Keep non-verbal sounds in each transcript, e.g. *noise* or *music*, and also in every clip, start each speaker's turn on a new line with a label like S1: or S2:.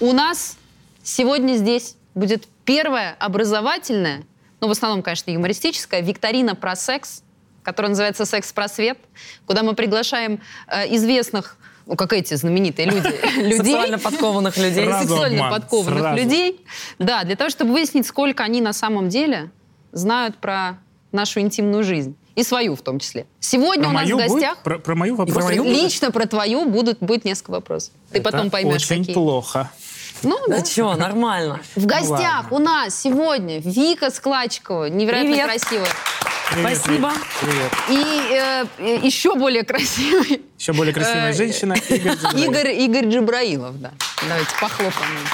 S1: У нас сегодня здесь будет первая образовательная, ну, в основном, конечно, юмористическая, викторина про секс, которая называется «Секс-просвет», куда мы приглашаем э, известных, ну, как эти знаменитые
S2: *laughs*
S1: люди, людей,
S3: Сексуально подкованных людей.
S2: Сразу
S1: сексуально
S2: обман,
S1: подкованных
S2: сразу.
S1: людей, да, для того, чтобы выяснить, сколько они на самом деле знают про нашу интимную жизнь. И свою в том числе. Сегодня Ну, у нас в
S2: мою будет?
S1: гостях...
S2: Про, про мою вопрос?
S3: Про мою?
S1: Лично про твою будут, будет несколько вопросов. Ты
S2: Это
S1: потом поймешь,
S2: очень
S1: какие.
S2: плохо.
S1: Ну, да.
S3: Да чё, нормально.
S1: В гостях
S2: ладно.
S1: у нас сегодня Вика Складчикова, невероятно
S3: Привет.
S1: красивая.
S2: Привет,
S3: Спасибо.
S2: Вик. Привет.
S1: И э, э, еще более красивый
S2: Еще более
S1: Э, *laughs*
S2: красивая женщина. Игорь Дзюбаев.
S1: Игорь, Игорь Джибраилов. Да. Давайте похлопаем. им.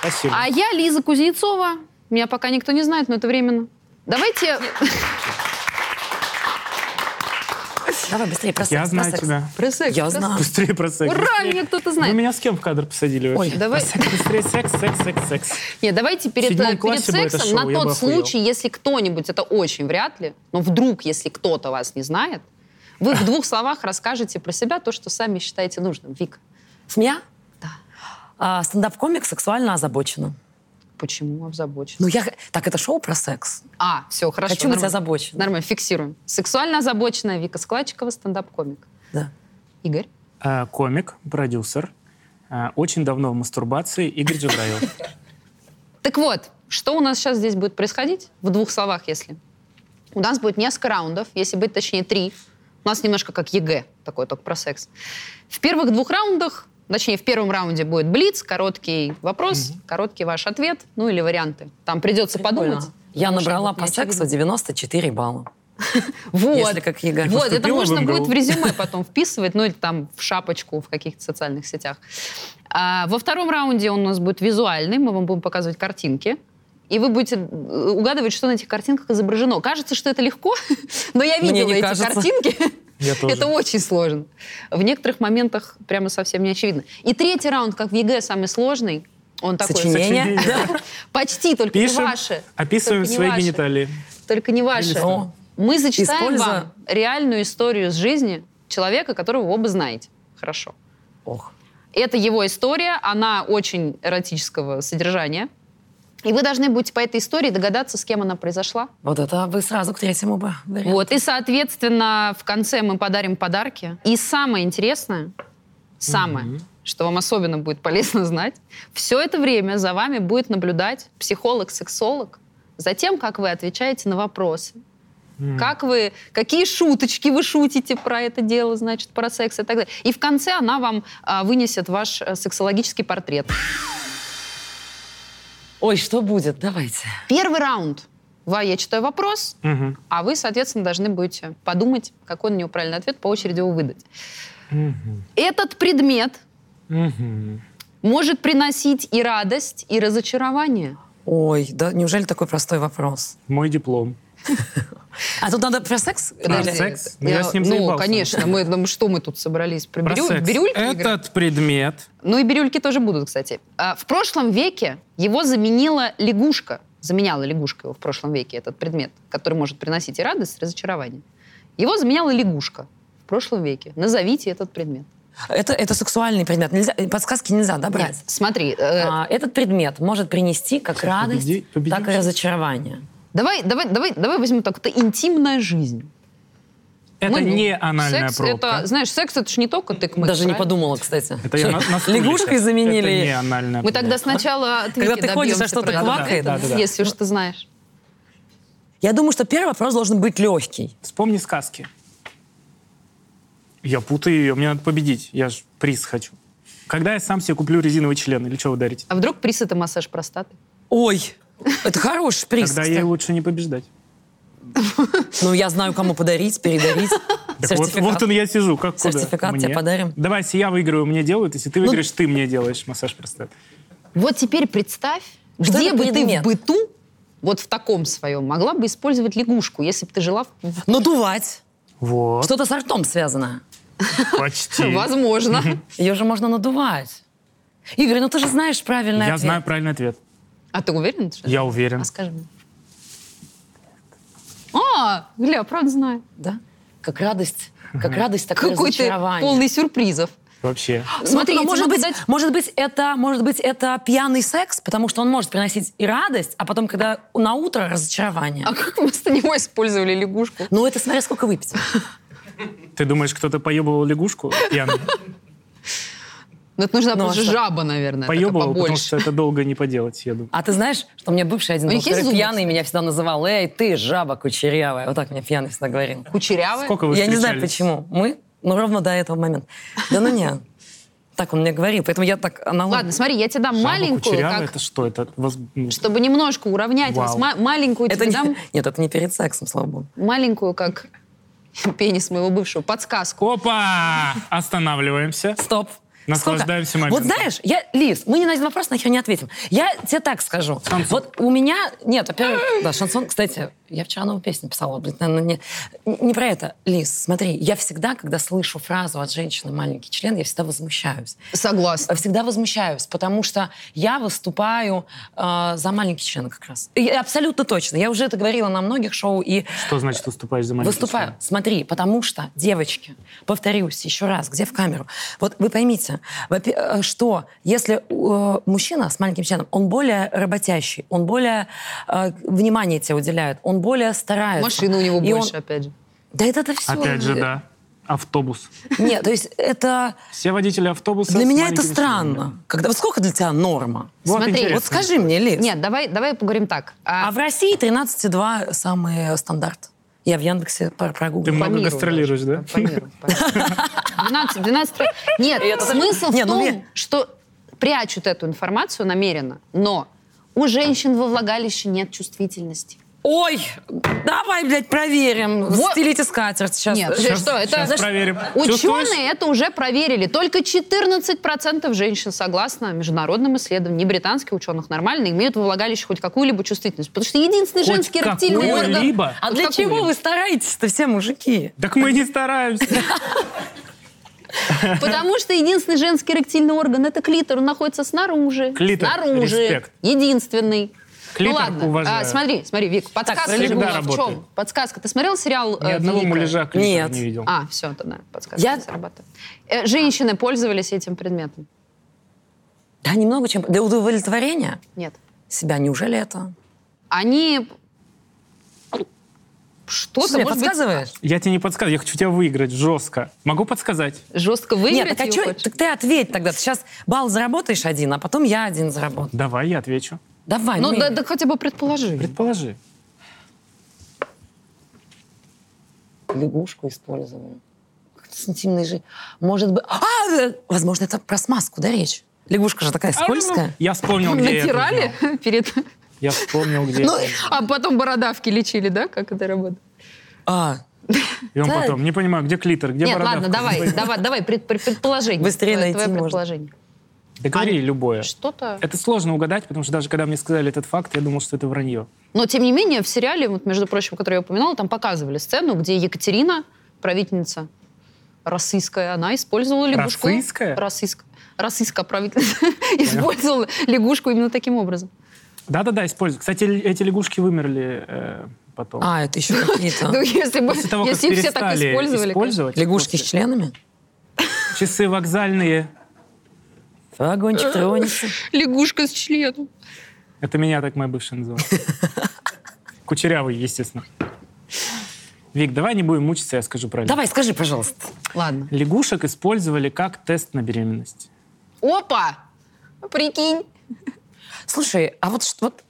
S2: Спасибо.
S1: А я Лиза Кузнецова. Меня пока никто не знает, но это временно. Давайте...
S3: Давай быстрее, про секс.
S2: Я
S3: про
S2: знаю
S3: секс.
S2: тебя.
S1: Про секс.
S3: Я
S1: Про
S3: знаю.
S2: Быстрее про секс.
S1: Ура,
S2: Быстрее.
S1: меня кто-то
S2: Вы
S1: знает.
S2: меня с кем в кадр посадили вообще?
S3: Ой,
S1: Давай,
S2: Быстрее секс, секс, секс, секс.
S1: не, давайте перед,
S2: седьмом
S1: э, перед
S2: классе бы это
S1: сексом,
S2: шоу,
S1: на
S2: я бы
S1: тот
S2: охуел.
S1: случай, если кто-нибудь, это очень вряд ли, но вдруг, если кто-то вас не знает, вы в двух словах расскажете про себя то, что сами считаете нужным. Вика,
S3: Меня?
S1: Да.
S3: А, стендап-комик сексуально озабочена.
S1: почему озабочена?
S3: Ну я... Так, это шоу про секс.
S1: А, все, хорошо.
S3: Хочу быть
S1: нормально.
S3: озабоченной.
S1: Нормально, фиксируем. Сексуально озабоченная Вика Складчикова, стендап-комик.
S3: Да.
S1: Игорь?
S2: А, Комик, продюсер. А, Очень давно в мастурбации
S1: *laughs*
S2: Игорь Джабраев.
S1: Так вот, что у нас сейчас здесь будет происходить? В двух словах, если. У нас будет несколько раундов, если быть точнее три. У нас немножко как ЕГЭ, такое только про секс. В первых двух раундах, точнее, в первом раунде будет блиц, короткий вопрос, короткий ваш ответ, ну или варианты. Там придется подумать.
S3: Прикольно. Я
S1: Потому что
S3: набрала
S1: будет
S3: по
S1: неочевидно.
S3: сексу 94 балла.
S1: Вот.
S3: Если как
S1: Вот,
S3: ЕГЭ.
S1: это
S2: Поступила в
S1: можно
S2: МГУ.
S1: будет в резюме потом вписывать, ну или там в шапочку в каких-то социальных сетях. А, во втором раунде он у нас будет визуальный, мы вам будем показывать картинки. И вы будете э, угадывать, что на этих картинках изображено. Кажется, что это легко, *laughs* но я
S3: Мне
S1: видела
S3: не
S1: эти
S3: кажется.
S1: картинки.
S2: *laughs* Я тоже.
S1: Это очень сложно. В некоторых моментах прямо совсем не очевидно. И третий раунд, как в ЕГЭ, самый сложный. Он такой
S3: Сочинение.
S1: почти только не
S2: Пишем,
S1: ваши.
S2: описываем
S1: Только не
S2: свои
S1: ваши.
S2: гениталии.
S1: Только не ваши.
S3: О.
S1: Мы зачитаем
S3: Используя-
S1: вам реальную историю с жизни человека, которого вы оба знаете. Хорошо.
S3: Ох.
S1: Это его история, она очень эротического содержания. И вы должны будете по этой истории догадаться, с кем она произошла.
S3: Вот это вы сразу к третьему бы. варианту.
S1: Вот. И, соответственно, в конце мы подарим подарки. И самое интересное, самое, что вам особенно будет полезно знать, все это время за вами будет наблюдать психолог-сексолог за тем, как вы отвечаете на вопросы. Как вы, какие шуточки вы шутите про это дело, значит, про секс и так далее. И в конце она вам а, вынесет ваш а, сексологический портрет.
S3: Ой, что будет? Давайте.
S1: Первый раунд. Ва, я читаю вопрос,
S2: Мгм.
S1: а вы, соответственно, должны будете подумать, какой на него правильный ответ, по очереди его выдать.
S2: Мгм.
S1: Этот предмет
S2: Мгм.
S1: может приносить и радость, и разочарование.
S3: Ой, да неужели такой простой вопрос?
S2: Мой диплом.
S3: А тут надо про секс?
S2: Про
S1: Подожди.
S2: секс? Ну, я с ним
S1: ну,
S2: заебался.
S1: конечно, мы, ну, что мы тут собрались? Про,
S2: Про
S1: бирю-
S2: секс.
S1: бирюльки? играть?
S2: Этот предмет.
S1: Ну и бирюльки тоже будут, кстати. А, В прошлом веке его заменила лягушка. Заменяла лягушка его в прошлом веке, этот предмет, который может приносить и радость, и разочарование. Его заменяла лягушка в прошлом веке. Назовите этот предмет.
S3: Это, это сексуальный предмет. Нельзя, подсказки нельзя, да, брать?
S1: Смотри, э,
S3: А, этот предмет может принести как радость,
S2: победи- победим
S3: так и
S2: сейчас.
S3: разочарование.
S1: давай, давай, давай, давай возьмем так. Это интимная жизнь.
S2: Это
S1: Ну,
S2: не анальная
S1: секс
S2: пробка.
S1: это, знаешь, секс это же не только ты к
S3: Даже не подумала, кстати.
S2: Это я на- на стуле
S3: Лягушкой
S2: сейчас.
S3: заменили.
S2: Это не анальная
S1: Мы тогда
S2: пробка.
S1: сначала от
S3: Когда
S1: Вики
S3: ты ходишь, а
S1: добьемся
S3: что-то
S1: правды.
S3: квакает.
S2: Да, да, да.
S1: Если уж ты знаешь.
S3: Я думаю, что первый вопрос должен быть легкий.
S2: Вспомни сказки. Я путаю ее, мне надо победить. Я же приз хочу. Когда я сам себе куплю резиновый член? Или что вы дарите?
S1: А вдруг приз это массаж простаты?
S3: Ой, это хороший приз.
S2: Тогда
S3: кстати.
S2: ей лучше не побеждать.
S3: Ну, я знаю, кому подарить, передарить.
S2: *laughs* Так вот,
S3: Сертификат.
S2: вот он я сижу, как куда?
S3: Сертификат тебе
S2: Мне.
S3: подарим. Ну.
S2: Давай, если я выиграю, мне делают. Если ты выиграешь, ты мне делаешь массаж простаты.
S1: Вот теперь представь,
S3: Что
S1: где
S3: это
S1: бы ты
S3: предмет?
S1: в быту, вот в таком своем, могла бы использовать лягушку, если бы ты жила в...
S3: Надувать.
S2: Вот,
S3: Что-то с ртом связано. *laughs*
S1: *laughs*
S2: почти.
S1: Возможно.
S3: Ее же можно надувать. Игорь, ну ты же знаешь правильный
S2: Я
S3: ответ.
S2: знаю правильный ответ.
S1: А ты уверен? что-
S2: Я уверен.
S1: А скажи мне. А, гля, правда знаю.
S3: Да? Как радость. Как радость, так и
S1: Какой ты
S3: разочарование.
S1: полный сюрпризов.
S2: Вообще.
S1: А, Смотри, я тебе
S3: Ну, может
S1: могу
S3: быть,
S1: дать-
S3: может быть, это, может быть, это пьяный секс, потому что он может приносить и радость, а потом, когда на утро разочарование.
S1: А как мы с него использовали лягушку?
S3: Ну, это смотря сколько выпить.
S2: Ты думаешь, кто-то поебывал лягушку?
S3: *laughs*
S2: Пьяный.
S1: Ну, это нужна
S3: Ну, а
S1: просто
S3: что?
S1: жаба, наверное, такая
S2: Поебывал, потому
S1: побольше.
S2: что это долго не поделать, я думаю.
S3: А ты знаешь, что мне бывший один
S1: У них
S3: доктор
S1: есть зубы?
S3: пьяный меня всегда называл, эй, ты жаба кучерявая. Вот так мне пьяный всегда говорил.
S1: Кучерявая?
S2: Сколько вы
S3: Я не знаю,
S2: встречались?
S3: почему. Мы, ну, ровно до этого момента. Да ну не. Так он мне говорил, поэтому я так аналог...
S1: Ладно, смотри, я тебе дам
S2: Жаба
S1: маленькую,
S2: кучерявая,
S1: как-
S2: это что? Это воз- ну,
S1: чтобы немножко уравнять
S2: Вау.
S1: вас. Ма- маленькую
S3: это
S1: тебе
S3: не... *laughs*
S1: дам,
S3: Нет, это не перед сексом, слава богу.
S1: маленькую, как *laughs* пенис моего бывшего, подсказку.
S2: Опа! Останавливаемся.
S3: Стоп.
S2: Наслаждаемся
S3: Сколько?
S2: моментом.
S3: Вот знаешь, я, Лиз, мы ни на один вопрос нахер не ответим. Я тебе так скажу.
S2: Шансон.
S3: Вот у меня... Нет, во-первых, да, шансон, кстати, я вчера новую песню писала, блин, наверное, не, не про это. Лиз, смотри, я всегда, когда слышу фразу от женщины «маленький член», я всегда возмущаюсь.
S1: Согласна.
S3: Всегда возмущаюсь, потому что я выступаю э, за маленький член как раз. И абсолютно точно. Я уже это говорила на многих шоу и
S2: Что значит выступаешь за маленький
S3: Выступаю. Смотри, потому что, девочки, повторюсь еще раз, где в камеру? Вот вы поймите, вопе- э, что если э, мужчина с маленьким членом, он более работящий, он более э, внимания тебе уделяет, он более старается.
S1: Машина у него
S3: И он-
S1: больше, опять же.
S3: Да это, это все.
S2: член? Опять же, да. Автобус.
S3: Нет, то есть
S2: *laughs*
S3: это...
S2: Все водители автобуса...
S3: Для
S2: с
S3: меня это
S2: маленькими членами.
S3: странно. Когда, вот сколько для тебя норма?
S2: Вот
S1: Смотри,
S2: интересно.
S3: Вот скажи мне, Лиз.
S1: Нет, давай, давай поговорим так. А,
S3: А в России 13,2 самый стандарт. Я в Яндексе про-
S2: Ты
S3: прогуглила.
S1: по
S2: много
S1: миру
S2: гастролируешь,
S1: даже,
S2: да?
S1: По миру, по миру. 12, 12 тре- Нет, смысл
S3: Не,
S1: в
S3: ну
S1: том,
S3: мне-
S1: что прячут эту информацию намеренно, но у женщин во влагалище нет чувствительности.
S3: Ой, давай, блядь, проверим.
S1: Вот.
S3: Стелите скатерть сейчас.
S1: Нет, ты
S3: Сейчас.
S1: что, это...
S2: сейчас проверим. Чувствуешь?
S1: Ученые это уже проверили. Только 14% женщин, согласно международным исследованиям, не британских ученых, нормально, имеют во влагалище хоть какую-либо чувствительность. Потому что единственный
S2: Хоть
S1: женский эректильный орган...
S2: какую-либо?
S3: А
S1: Хоть
S3: для чего
S1: какую-либо.
S3: вы стараетесь-то все мужики?
S2: *laughs* Так мы не стараемся.
S1: Потому что единственный женский эректильный орган это клитор, он находится снаружи.
S2: Клитор,
S1: Снаружи.
S2: респект.
S1: Единственный.
S2: Клитор
S1: ну ладно,
S2: уважаю.
S1: А, смотри, смотри, Вик, подсказка
S3: всегда
S1: же была в
S2: работает.
S1: чем? Подсказка. Ты смотрел сериал
S2: Ни
S1: э,
S2: одного
S1: «Великая»?
S2: муляжа клитора
S3: Нет.
S2: не видел.
S1: А, все, тогда подсказка
S3: Я-
S1: не срабатывает. Э, женщины пользовались этим предметом?
S3: Да немного чем. Для удовлетворения
S1: Нет.
S3: себя. Неужели это?
S1: Они
S3: Что
S1: что-то,
S3: ты
S1: может быть,
S3: подсказываешь?
S2: Я тебе не подсказываю, я хочу тебя выиграть жестко. Могу подсказать?
S1: жестко выиграть.
S3: Нет, так, а
S1: её
S3: чё-
S1: хочешь?
S3: так ты ответь тогда. Ты сейчас балл заработаешь один, а потом я один заработаю.
S2: Давай, я отвечу.
S3: Давай,
S1: Ну,
S3: мы-
S1: да, да хотя бы предположи.
S2: Предположи.
S3: лягушку использовали. Как-то с интимной жизнью. Может быть... А, э, возможно, это про смазку, да, речь? Лягушка же такая скользкая.
S2: А, ну, Я вспомнил, где я это
S1: Натирали
S2: узнал.
S1: перед...
S2: Я вспомнил, где
S3: Ну,
S2: это узнал.
S1: А потом бородавки лечили, да? Как это работает?
S3: А,
S2: И он
S3: да.
S2: потом, не понимаю, где клитор, где
S1: Нет,
S2: бородавка?
S1: ладно, давай, давай, давай, пред- пред- предположение.
S3: Быстрее
S1: Твое-
S3: найти
S1: твое
S3: можно.
S1: предположение.
S2: Да говори любое.
S1: Что-то...
S2: Это сложно угадать, потому что даже когда мне сказали этот факт, я думал, что это вранье.
S1: Но, ну, тем не менее, в сериале, вот, между прочим, который я упоминала, там показывали сцену, где Екатерина, правительница российская, она использовала лягушку.
S2: Российская?
S1: Российская. Российская правительница *laughs* использовала лягушку именно таким образом.
S2: Да-да-да, использую. Кстати, л- эти лягушки вымерли э, потом.
S3: а, это еще
S1: Ну,
S3: *laughs* какие-то
S1: если бы
S2: После того, как
S1: если бы все так
S2: перестали
S1: использовали... конечно.
S2: использовать,
S3: лягушки с
S2: после-
S3: членами?
S2: часы вокзальные,
S3: Огончик тронется.
S1: Лягушка с членом.
S2: это меня так мой бывший
S3: *laughs*
S2: называл. Кучерявый, естественно. Вик, давай не будем мучиться, я скажу правильно.
S3: Давай, скажи, пожалуйста.
S1: Ладно.
S2: Лягушек использовали как тест на беременность.
S1: Опа! Прикинь.
S3: Слушай, а вот, ш- вот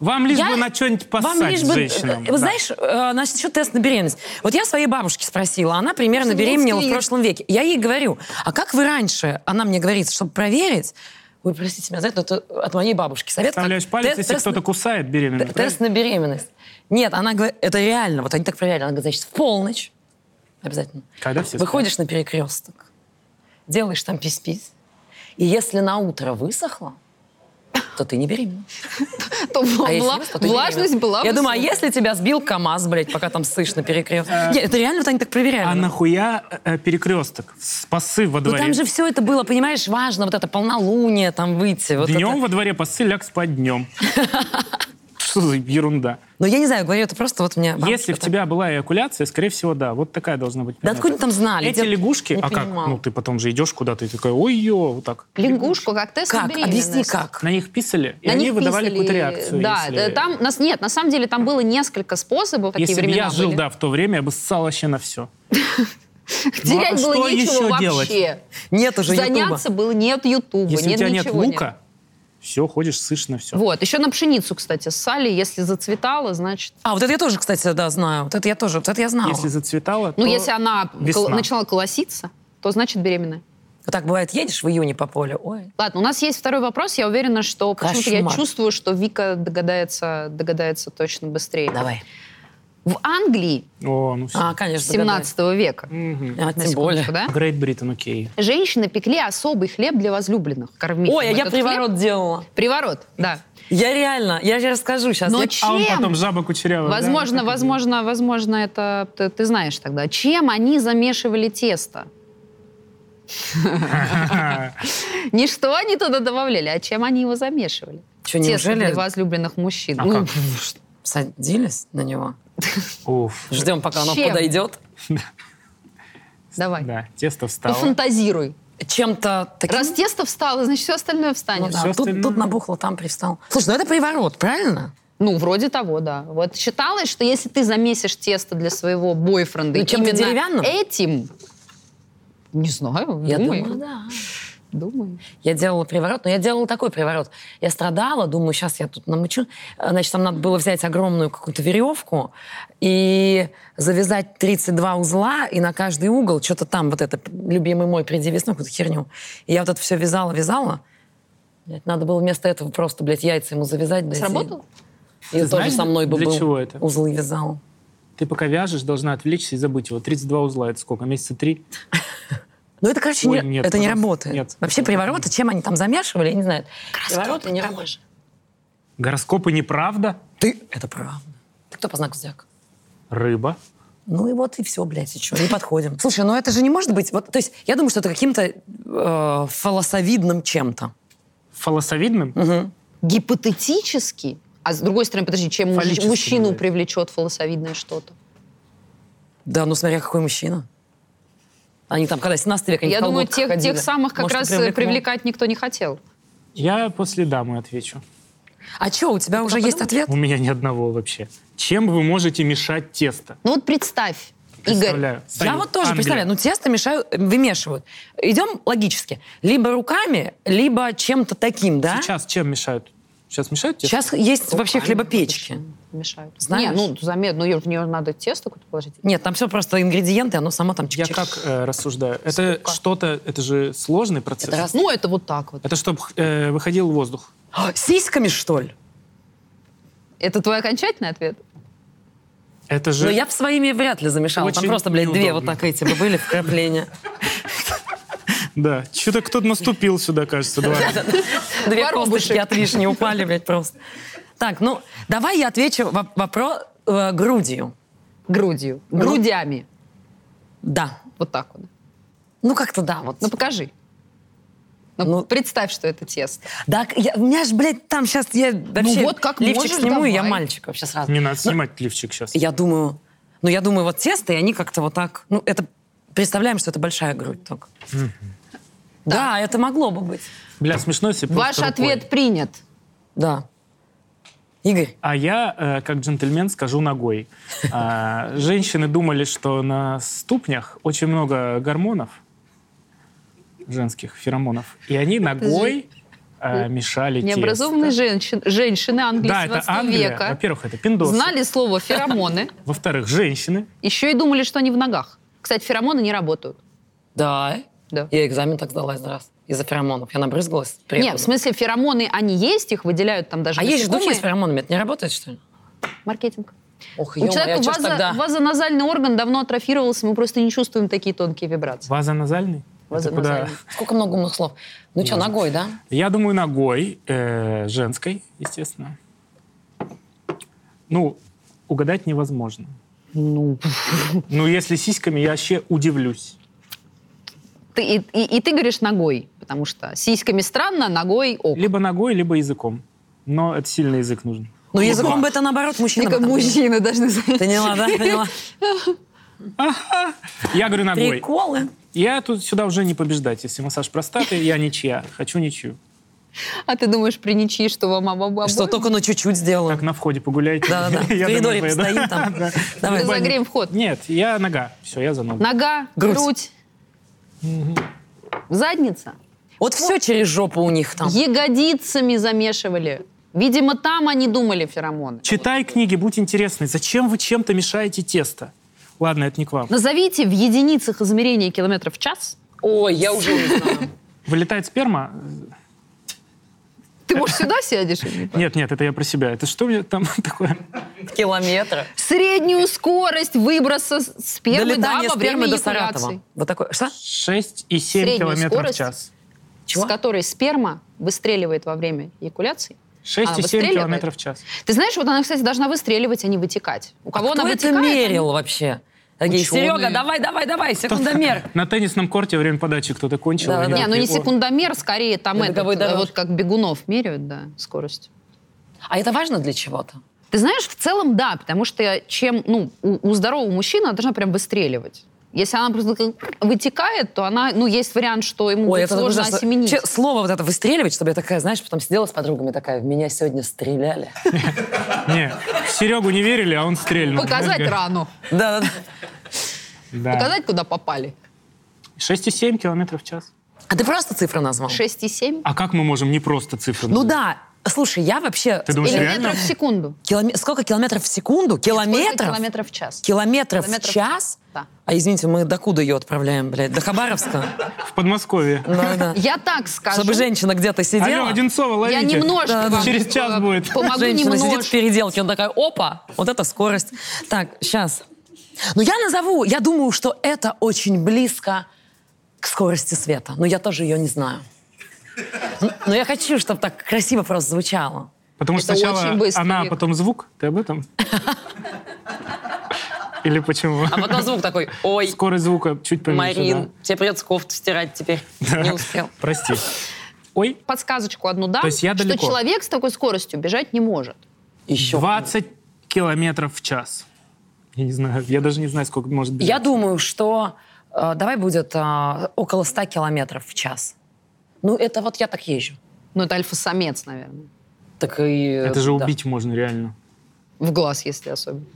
S2: Вам лишь
S3: Я-
S2: бы на что-нибудь поссать
S3: вам лишь бы... э,
S2: женщинам.
S3: Вы
S2: Да.
S3: знаешь, э, насчет тест на беременность. Вот я своей бабушке спросила, она примерно
S1: Слушай,
S3: беременела в
S1: есть.
S3: прошлом веке. Я ей говорю, а как вы раньше? Она мне говорит, чтобы проверить... Ой, простите меня, за это, но это от моей бабушки. Совет как
S2: Вставляешь палец,
S3: тест-
S2: если
S3: тест-
S2: кто-то кусает беременную.
S3: Т- Тест на беременность. Нет, она говорит, это реально, вот они так проверяли. Она говорит, значит, в полночь обязательно.
S2: Когда все
S3: Выходишь на перекресток, делаешь там пись-пись, и если на утро высохло, то ты не беременна.
S1: То вла-
S3: А если
S1: вла-
S3: нет, то ты
S1: влажность
S3: беременна.
S1: была
S3: Я
S1: бы
S3: думаю, а
S1: супер.
S3: если тебя сбил КАМАЗ, блядь, пока там сышь на перекрестке? Нет, это реально вот они так проверяли.
S2: А нахуя э, перекресток? Спасы во
S3: ну
S2: дворе.
S3: там же все это было, понимаешь, важно, вот это полнолуние, там выйти. Вот
S2: Днем
S1: *laughs*
S3: это.
S2: во дворе пасы, ляг спать днем. Что за ерунда?
S3: Но я не знаю, говорю, это просто вот мне...
S2: Если в тебя была эякуляция, скорее всего, да. Вот такая должна быть.
S3: Да
S2: примета.
S3: откуда они там знали?
S2: Эти
S3: Где-
S2: лягушки,
S3: не
S2: а как?
S3: понимала.
S2: Ну, ты потом же идешь куда-то и такой, ой-ё, вот так.
S1: Лягушку как тест на
S3: Как?
S1: беременность.
S3: Объясни, как?
S2: На них писали, и
S1: На
S2: они
S1: них
S2: выдавали
S1: писали,
S2: какую-то реакцию.
S1: Да,
S2: если-
S1: да, там нас нет, на самом деле там было несколько способов, такие
S2: Если бы
S1: времена
S2: я жил,
S1: были.
S2: да, в то время, я бы ссал вообще на все.
S1: *laughs* Терять
S4: Ну, а
S1: было
S4: что
S1: нечего
S4: еще
S1: вообще.
S4: делать?
S3: Нет уже
S1: Заняться
S3: Ютуба.
S1: было нет Ютуба,
S2: Если у
S1: нет
S2: тебя нет
S1: ничего.
S2: лука, все, ходишь, сышь на все.
S1: Вот, еще на пшеницу, кстати, ссали, если зацветала, значит...
S3: А, вот это я тоже, кстати, да, знаю. Вот это я тоже, вот это я знала.
S2: Если зацветало,
S1: Ну,
S2: то
S1: если она кол-
S2: весна.
S1: начинала колоситься, то значит беременная.
S3: Вот так бывает, едешь в июне по полю, ой.
S1: Ладно, у нас есть второй вопрос. Я уверена, что почему-то я
S3: Кошмар.
S1: чувствую, что Вика догадается, догадается точно быстрее.
S3: Давай.
S1: В Англии
S2: О, ну все.
S3: А, конечно,
S1: 17 века,
S2: Мгм.
S3: догадаюсь. А, тем более.
S1: да?
S2: Great Britain, окей.
S1: Женщины пекли особый хлеб для возлюбленных. Кормить
S3: Ой, а
S1: им
S3: я
S1: этот хлеб.
S3: приворот делала.
S1: Приворот, да.
S3: Я реально, я же расскажу сейчас.
S1: Но
S3: Я-
S1: чем?
S2: А он потом жаба кучерявая. да?
S1: возможно,
S2: Так и *laughs*
S1: возможно, возможно, это ты, ты знаешь тогда. Чем они замешивали тесто?
S2: А
S1: Не что они туда добавляли, а чем они его замешивали?
S3: Чё,
S1: Тесто
S3: неужели
S1: для возлюбленных мужчин.
S2: А
S1: Ну,
S2: как?
S3: садились на него?
S2: Уф.
S3: Ждем, пока оно
S1: Чем?
S3: подойдет.
S1: Давай.
S2: Да,
S3: *laughs*
S2: тесто встало.
S1: Пофантазируй.
S3: Чем-то таким.
S1: Раз тесто встало, значит, все остальное
S3: Ну
S1: встанет.
S3: да,
S2: всё
S3: тут,
S2: остальное.
S3: тут набухло, там привстал. Слушай, ну это приворот, правильно?
S1: Ну, вроде того, да. Вот считалось, что если ты замесишь тесто для своего бойфренда
S3: Ну, чем-то
S1: именно
S3: деревянным?
S1: этим... Не знаю,
S3: Я
S1: думаю.
S3: думаю, да.
S1: думаю.
S3: Я делала приворот, но я делала такой приворот. Я страдала, думаю, сейчас я тут намычу. А, Значит, там надо было взять огромную какую-то веревку и завязать 32 узла, и на каждый угол что-то там, вот это, любимый мой, приди весной, какую-то херню. И я вот это все вязала, вязала. Блядь, надо было вместо этого просто, блядь, яйца ему завязать. блядь, и-
S1: Сработало?
S3: И, он тоже
S2: знаешь,
S3: со мной бы
S2: для
S3: был.
S2: чего это?
S3: Узлы вязал.
S2: Ты пока вяжешь, должна отвлечься и забыть его. 32 узла, это сколько? Месяца три?
S3: Ну, это, короче,
S2: Ой,
S3: не-
S2: нет,
S3: это не
S2: пожалуйста,
S3: работает.
S2: нет.
S3: Вообще привороты, чем они там замешивали, я не знаю. привороты не
S1: там
S3: работают.
S2: Гороскопы неправда?
S3: Ты? Это правда. Ты кто по знаку зодиака?
S2: Рыба.
S3: Ну и вот и все, блядь, и что, не подходим. Слушай, ну это же не может быть. Вот, то есть я думаю, что это каким-то э, фалосовидным чем-то.
S2: Фолосовидным?
S1: Гипотетически. А с другой стороны, подожди, чем муж-
S2: Фаллически,
S1: мужчину
S2: наверное.
S1: привлечет фолосовидное что-то?
S3: Да, ну смотря какой мужчина. Они там, когда 17 век, они
S1: Я
S3: в
S1: думаю,
S3: колготках
S1: тех,
S3: ходили.
S1: тех самых как
S3: Может, и
S1: раз э,
S3: привлекло.
S1: привлекать никто не хотел.
S2: Я после дамы отвечу.
S3: А что, у тебя уже есть ответ?
S2: У меня ни одного вообще. Чем вы можете мешать тесто?
S1: Ну вот представь, Игорь,
S2: Представляю.
S3: Я
S2: Саня,
S3: вот тоже
S2: Англия.
S3: представляю, ну тесто мешают, э, вымешивают. Идем логически. Либо руками, либо чем-то таким, да?
S2: Сейчас чем мешают? Сейчас мешают тесто?
S3: Сейчас есть вообще хлебопечки.
S1: мешают. Не,
S3: Знаешь?
S1: ну, замет, ну, в нее надо тесто какое-то положить.
S3: Нет, там все просто ингредиенты, оно само там
S2: Я
S3: чик-чик.
S2: как э, рассуждаю? Это что-то, это же сложный процесс.
S3: Это раз.
S1: Ну, это вот так вот.
S2: Это чтобы выходил воздух.
S3: А, Сиськами, что ли?
S1: Это твой окончательный ответ?
S2: Это же...
S3: Но Ну, я бы своими вряд ли замешала.
S2: Очень
S3: там просто, блядь, две
S2: неудобно.
S3: вот так эти бы
S1: *laughs*
S3: были вкрапления.
S2: Да. Что-то кто-то наступил сюда, кажется, два
S3: *laughs*
S2: раза.
S3: Две
S1: Воробушек.
S3: косточки от вишни упали, блядь, просто. Так, ну, давай я отвечу вопрос э, грудью.
S1: Грудью.
S3: Ну.
S1: Грудями.
S3: Да.
S1: Вот так вот.
S3: Ну, как-то да, вот.
S1: Ну, покажи. Ну,
S3: Ну.
S1: представь, что это тесто.
S3: Да, я- у меня же, блядь, там сейчас я вообще
S1: Ну вот как
S3: лифчик
S1: можешь,
S3: сниму, и я
S1: давай.
S3: мальчик вообще сразу.
S2: Не надо снимать лифчик сейчас.
S3: Я думаю, ну, я думаю, вот тесто, и они как-то вот так, ну, это, представляем, что это большая грудь только. Да, это могло бы быть.
S2: Бля, смешно, если
S3: Ну,
S2: просто
S1: Ваш
S2: рукой.
S1: ответ принят.
S3: Да. Игорь,
S2: А я, э, как джентльмен, скажу ногой.
S1: *laughs*
S2: А, Женщины думали, что на ступнях очень много гормонов женских, феромонов. И они ногой э, мешали тесто.
S1: Необразованные женщин, женщины Англии
S2: Да, это
S1: 17
S2: Англия.
S1: века
S2: Во-первых, это пиндосы.
S1: знали слово феромоны,
S2: Во-вторых, женщины.
S1: еще и думали, что они в ногах. Кстати, феромоны не работают.
S3: да.
S1: Да.
S3: Я экзамен так сдала один раз из-за феромонов. Я набрызгалась.
S1: Нет,
S3: преподом.
S1: в смысле, феромоны, они есть, их выделяют там даже
S3: А есть же
S1: насекомые.
S3: духи с феромонами, это не работает, что ли?
S1: Маркетинг.
S3: Ох,
S1: У человека
S3: я
S1: ваза,
S3: тогда...
S1: вазоназальный орган давно атрофировался, мы просто не чувствуем такие тонкие вибрации.
S2: Вазоназальный? Это куда?
S1: Вазоназальный.
S3: Сколько много умных слов. Ну что, ногой, да?
S2: Я думаю, ногой, э, женской, естественно. Ну, угадать невозможно.
S1: Ну,
S2: Ну, если сиськами, я вообще удивлюсь.
S1: ты, и, и- и ты говоришь ногой, потому что сиськами странно, ногой ок.
S2: Либо ногой, либо языком. Но это сильный язык нужен.
S3: Но языком бы это наоборот мужчина. бы
S1: Только
S3: так говорил. *laughs*
S1: мужчины должны знать.
S3: Поняла, да? *laughs* Поняла.
S2: Я говорю ногой.
S3: Приколы.
S2: Я тут сюда уже не побеждать. Если массаж простаты, я ничья. Хочу ничью.
S1: А ты думаешь при ничьи, что вам обоба?
S3: Что только на чуть-чуть сделала.
S2: *laughs* Как на входе погуляйте.
S3: Да-да-да. В
S2: *laughs* Я домой
S3: коридоре
S2: поеду.
S3: постоим там.
S2: Да.
S3: Давай.
S2: В бане.
S1: Загреем вход.
S2: Нет, я нога. Все, я за ногу.
S1: Нога,
S3: Грудь.
S1: грудь, задница.
S3: Вот все через жопу у них там.
S1: Ягодицами замешивали. Видимо, там они думали феромоны.
S2: Читай книги, будь интересный. Зачем вы чем-то мешаете тесто? Ладно, это не к вам.
S1: Ну- Назовите в единицах измерения километров в час.
S3: Ой, я уже не знаю.
S2: Вылетает сперма?
S1: Ты, может, сюда сядешь? или не?
S2: Нет, нет, это я про себя. Это что у меня там *laughs* такое?
S3: Километра.
S1: Среднюю скорость выброса с- спермы да,
S3: Долетание
S1: во
S3: спермы
S1: время
S3: до
S1: эякуляции.
S3: Саратова. Вот такое. Что?
S2: 6,7
S1: Среднюю
S2: километров в
S1: скорость?
S2: час.
S1: С которой сперма выстреливает во время эякуляции. Она
S2: 6,7
S1: выстреливает?
S2: километров в час.
S1: Ты знаешь, вот она, кстати, должна выстреливать, а не вытекать. У кого она
S3: Кто это
S1: вытекает?
S3: мерил вообще? Такие,
S1: Ученые.
S3: Серега, давай, давай, давай, секундомер.
S2: На теннисном корте во время подачи кто-то кончил.
S3: Да,
S2: они
S3: да.
S1: Не,
S2: такие,
S1: ну не
S2: «О».
S1: секундомер, скорее там
S3: На
S1: этот,
S3: беговой
S1: э, вот
S3: дорожке.
S1: как бегунов меряют, да, скорость.
S3: *laughs* А это важно для чего-то?
S1: Ты знаешь, в целом да, потому что чем, ну, у, у здорового мужчины она должна прям выстреливать. Если она просто как вытекает, то она, ну, есть вариант, что ему будет сложно
S3: ужасно.
S1: осеменить.
S3: Че- Слово вот это выстреливать, чтобы я такая, знаешь, потом сидела с подругами такая, в меня сегодня стреляли.
S2: Не, в Серегу не верили, а он
S1: *laughs*
S2: стрельнул.
S1: Показать рану,
S3: *laughs* Да, да, да.
S2: Да.
S1: показать, куда попали.
S2: 6,7 километров в час.
S3: А ты просто цифры назвал?
S1: 6,7
S2: А как мы можем не просто цифры?
S3: Ну
S2: назвать?
S3: да. Слушай, я вообще... э,
S2: Ты думаешь,
S1: или
S2: реально?
S1: метров в секунду.
S3: Киломе- Сколько километров в секунду?
S1: Сколько
S3: Километров?
S1: километров в час.
S3: Километров в
S1: Километров в
S3: час?
S1: Да.
S3: А извините, мы докуда ее отправляем, блядь? До *laughs* Хабаровска?
S2: В Подмосковье.
S3: Да, да.
S1: Я так скажу.
S3: Чтобы женщина где-то
S2: Алло,
S3: сидела.
S2: Одинцова,
S1: Я
S2: ловите.
S1: немножко
S3: Да, да.
S1: вам,
S2: Через час
S1: э,
S2: будет.
S1: Помогу
S3: Женщина сидит в
S1: немножко.
S3: переделке, он такая, опа, вот это скорость. Так, сейчас. Ну, я назову, я думаю, что это очень близко к скорости света, но я тоже ее не знаю. Н- Но я хочу, чтобы так красиво просто звучало.
S2: Потому что
S1: Это
S2: сначала
S1: очень быстро,
S2: она, а
S1: Вик.
S2: потом звук. Ты об этом? Или почему?
S3: А потом звук такой, ой,
S2: Скорость звука чуть поменьше.
S3: Марин, тебе придется кофту стирать теперь. Не
S2: да.
S3: успел.
S2: Прости. Ой,
S1: Подсказочку одну дам,
S2: То есть я
S1: что
S2: далеко.
S1: человек с такой скоростью бежать не может.
S3: Еще.
S2: 20 километров в час. Я не знаю, я даже не знаю, сколько может быть.
S3: Я думаю, что э, давай будет э, около 100 километров в час. Ну, это вот я так езжу.
S1: Ну, это альфа-самец, наверное.
S3: Так и... э,
S2: Это же
S3: да.
S2: убить можно реально.
S1: В глаз, если особенно.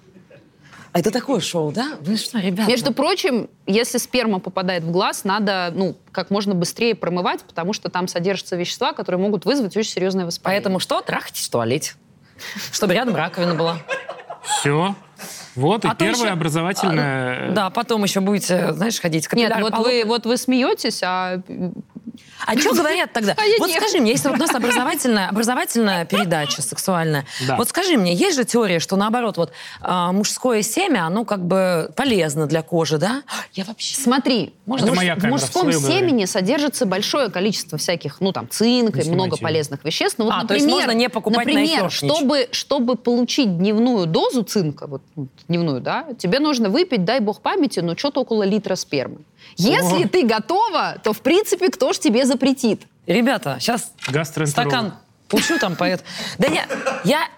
S3: А это такое шоу, да? Вы что, ребята?
S1: Между прочим, если сперма попадает в глаз, надо, ну, как можно быстрее промывать, потому что там содержатся вещества, которые могут вызвать очень серьезное воспаление.
S3: Поэтому что? Трахайтесь в туалете. Чтобы рядом раковина была.
S2: Все. Вот
S3: А
S2: и
S3: то
S2: первое
S3: еще-
S2: образовательное.
S3: Да, потом еще будете, знаешь, ходить
S1: Нет,
S3: капилляр
S1: вот
S3: полу-
S1: вы, вот вы смеетесь, а
S3: А что говорят тогда?
S1: А я
S3: Вот
S1: нет.
S3: скажи мне, если вот у нас образовательная, образовательная передача сексуальная,
S2: Да.
S3: вот скажи мне, есть же теория, что наоборот, вот а, мужское семя, оно как бы полезно для кожи, да? Я вообще...
S1: смотри,
S3: Можно
S1: в
S2: моя
S1: муж- в
S2: камера,
S1: мужском
S2: в своем говорю.
S1: семени содержится большое количество всяких, ну, там, цинка
S2: Не
S1: и много
S2: снимайте.
S1: полезных веществ. Ну, вот,
S3: А,
S1: например,
S3: то есть можно не покупать на
S1: например,
S3: «Айкершнич».
S1: чтобы, чтобы получить дневную дозу цинка, вот ну, дневную, да, тебе нужно выпить, дай бог памяти, ну, что-то около литра спермы. Если
S2: О.
S1: ты готова, то, в принципе, кто ж тебе запретит?
S3: Ребята, сейчас
S2: э, Гастроэнтеролог.
S3: стакан пущу там поэт. Да нет, я,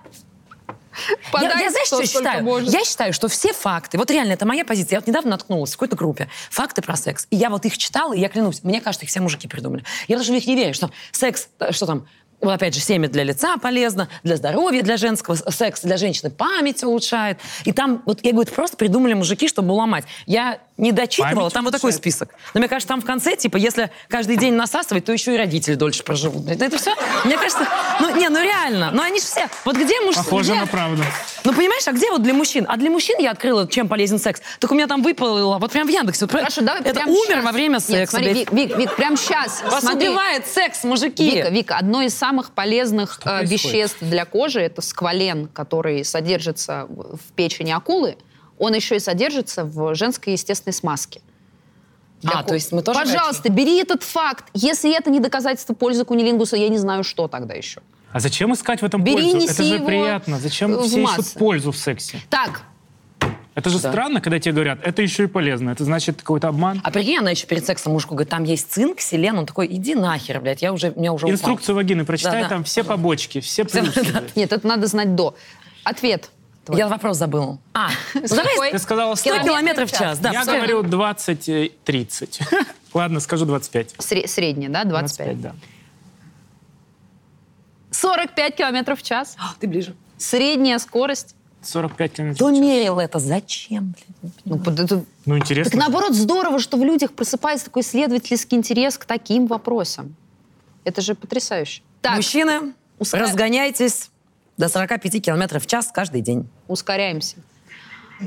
S3: я,
S1: Подай,
S3: я знаешь, что
S1: кто
S3: я
S1: сколько
S3: считаю?
S1: может.
S3: Я считаю, что все факты, вот реально, это моя позиция, я вот недавно наткнулась в какой-то группе, факты про секс, и я вот их читала, и я клянусь, мне кажется, их все мужики придумали. Я даже в них не верю, что секс, э, что там, вот опять же, семя для лица полезно, для здоровья, для женского, с- секс для женщины память улучшает. И там, вот я говорю, это просто придумали мужики, чтобы уломать. Я не дочитывала,
S2: Память
S3: там вот такой
S2: улучшает.
S3: список. Но мне кажется, там в конце, типа, если каждый день насасывать, то еще и родители дольше проживут. Блин, Это все, мне кажется, ну, не, ну реально, ну они же все, вот где муж...
S2: Похоже
S3: где-
S2: на правду.
S3: ну, понимаешь, а где вот для мужчин? А для мужчин я открыла, чем полезен секс. Так у меня там выпало, вот прям в Яндексе. Вот,
S1: Хорошо, давай
S3: это
S1: прямо
S3: умер
S1: щас.
S3: во время
S1: Нет,
S3: секса.
S1: смотри, Вик,
S3: блядь.
S1: Вик, Вик, прям сейчас.
S3: Вас
S1: смотри.
S3: убивает секс, мужики.
S1: Вика, Вика, одно из самых полезных э,
S2: происходит?
S1: веществ для кожи это сквален, который содержится в в печени акулы. Он еще и содержится в женской естественной смазке.
S3: А,
S1: ко-
S3: то есть мы тоже
S1: Пожалуйста, бери этот факт. Если это не доказательство пользы кунилингуса, я не знаю, что тогда еще.
S2: А зачем искать в этом
S1: Бери,
S2: пользу?
S1: неси
S2: Это же
S1: его
S2: приятно. Зачем
S1: в
S2: все
S1: массы.
S2: ищут пользу в сексе?
S1: Так,
S2: Это же
S3: Да.
S2: странно, когда тебе говорят, это еще и полезно. Это значит какой-то обман.
S3: А прикинь, она еще перед сексом мужку говорит, там есть цинк, селен. Он такой, иди нахер, блядь, я уже, у меня уже упал».
S2: Инструкцию вагины прочитай,
S3: Да-да.
S2: там все побочки, все плюсы. блядь.
S1: Нет, это надо знать до. Ответ. твой.
S3: Я вопрос забыл.
S1: *laughs*
S3: А, ну
S1: С
S3: давай
S1: какой?
S2: Ты сказала 100,
S3: 100 километров в час. Да,
S2: я
S3: всё.
S2: говорю 20-30. *laughs* Ладно, скажу 25.
S1: Сре- средняя, да, 25.
S2: да.
S1: 45 километров в час.
S3: А, Ты ближе.
S1: Средняя скорость.
S2: 45
S3: Кто
S2: километров. в час.
S3: мерил это? Зачем, блядь?
S1: Ну, под это-
S2: Ну,
S1: Так
S2: интересно.
S1: наоборот, здорово, что в людях просыпается такой исследовательский интерес к таким вопросам. Это же потрясающе. Так,
S3: Мужчины,
S1: Уска-
S3: разгоняйтесь до 45 километров в час каждый день.
S1: ускоряемся.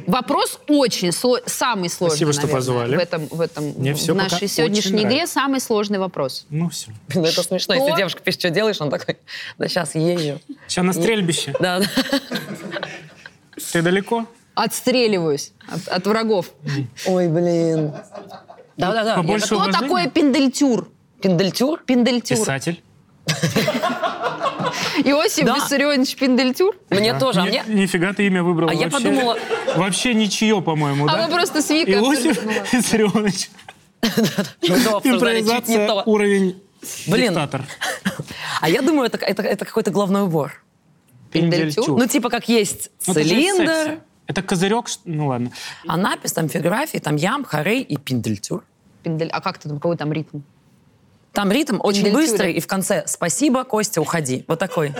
S1: Вопрос очень сло- самый сложный,
S2: Спасибо, что
S1: наверное,
S2: позвали.
S1: в этом, в этом
S2: Мне
S1: в
S2: всё пока
S1: нашей
S2: очень
S1: сегодняшней игре
S2: нравится.
S1: самый сложный вопрос.
S2: Ну, все.
S3: Блин, это
S1: Что?
S3: смешно, если девушка пишет, что делаешь, он такой, да сейчас езжу.
S2: Сейчас на стрельбище.
S3: Да, да.
S2: Ты далеко?
S1: Отстреливаюсь от, от врагов.
S3: Ой, блин. Да-да-да. я
S2: побольше-
S1: Кто
S3: как
S2: уважение?
S1: такое пиндельтюр?
S3: Пиндельтюр?
S1: Пиндельтюр.
S2: Писатель.
S1: Иосиф
S3: Да.
S1: Виссарионович Пиндельтюр?
S3: Мне тоже, а
S2: Ни-
S3: мне...
S2: Нифига ты имя выбрала.
S3: А я
S2: вообще-
S3: подумала-
S2: Вообще ничье, по-моему,
S1: А
S2: да?
S1: вы просто с Викой
S2: Иосиф
S1: обсуждали. Ну ладно.
S2: Виссарионович.
S3: *laughs* Мы то обсуждали, чуть не
S2: Импровизация,
S3: то.
S2: уровень
S3: Блин.
S2: диктатор.
S3: А я думаю, это, это, это какой-то головной убор.
S1: Пиндельтюр?
S2: Пиндельтюр.
S3: Ну, типа, как есть
S2: Ну, это же из
S3: цилиндр,
S2: секса. Это козырек, ш- ну ладно.
S3: а напись, там, фигографии, там, ям, хорей и пиндельтюр.
S1: Пиндель- А как ты там, какой там ритм?
S3: Там ритм очень
S1: Пиндельтюре.
S3: быстрый, и в конце «Спасибо, Костя, уходи». Вот такой.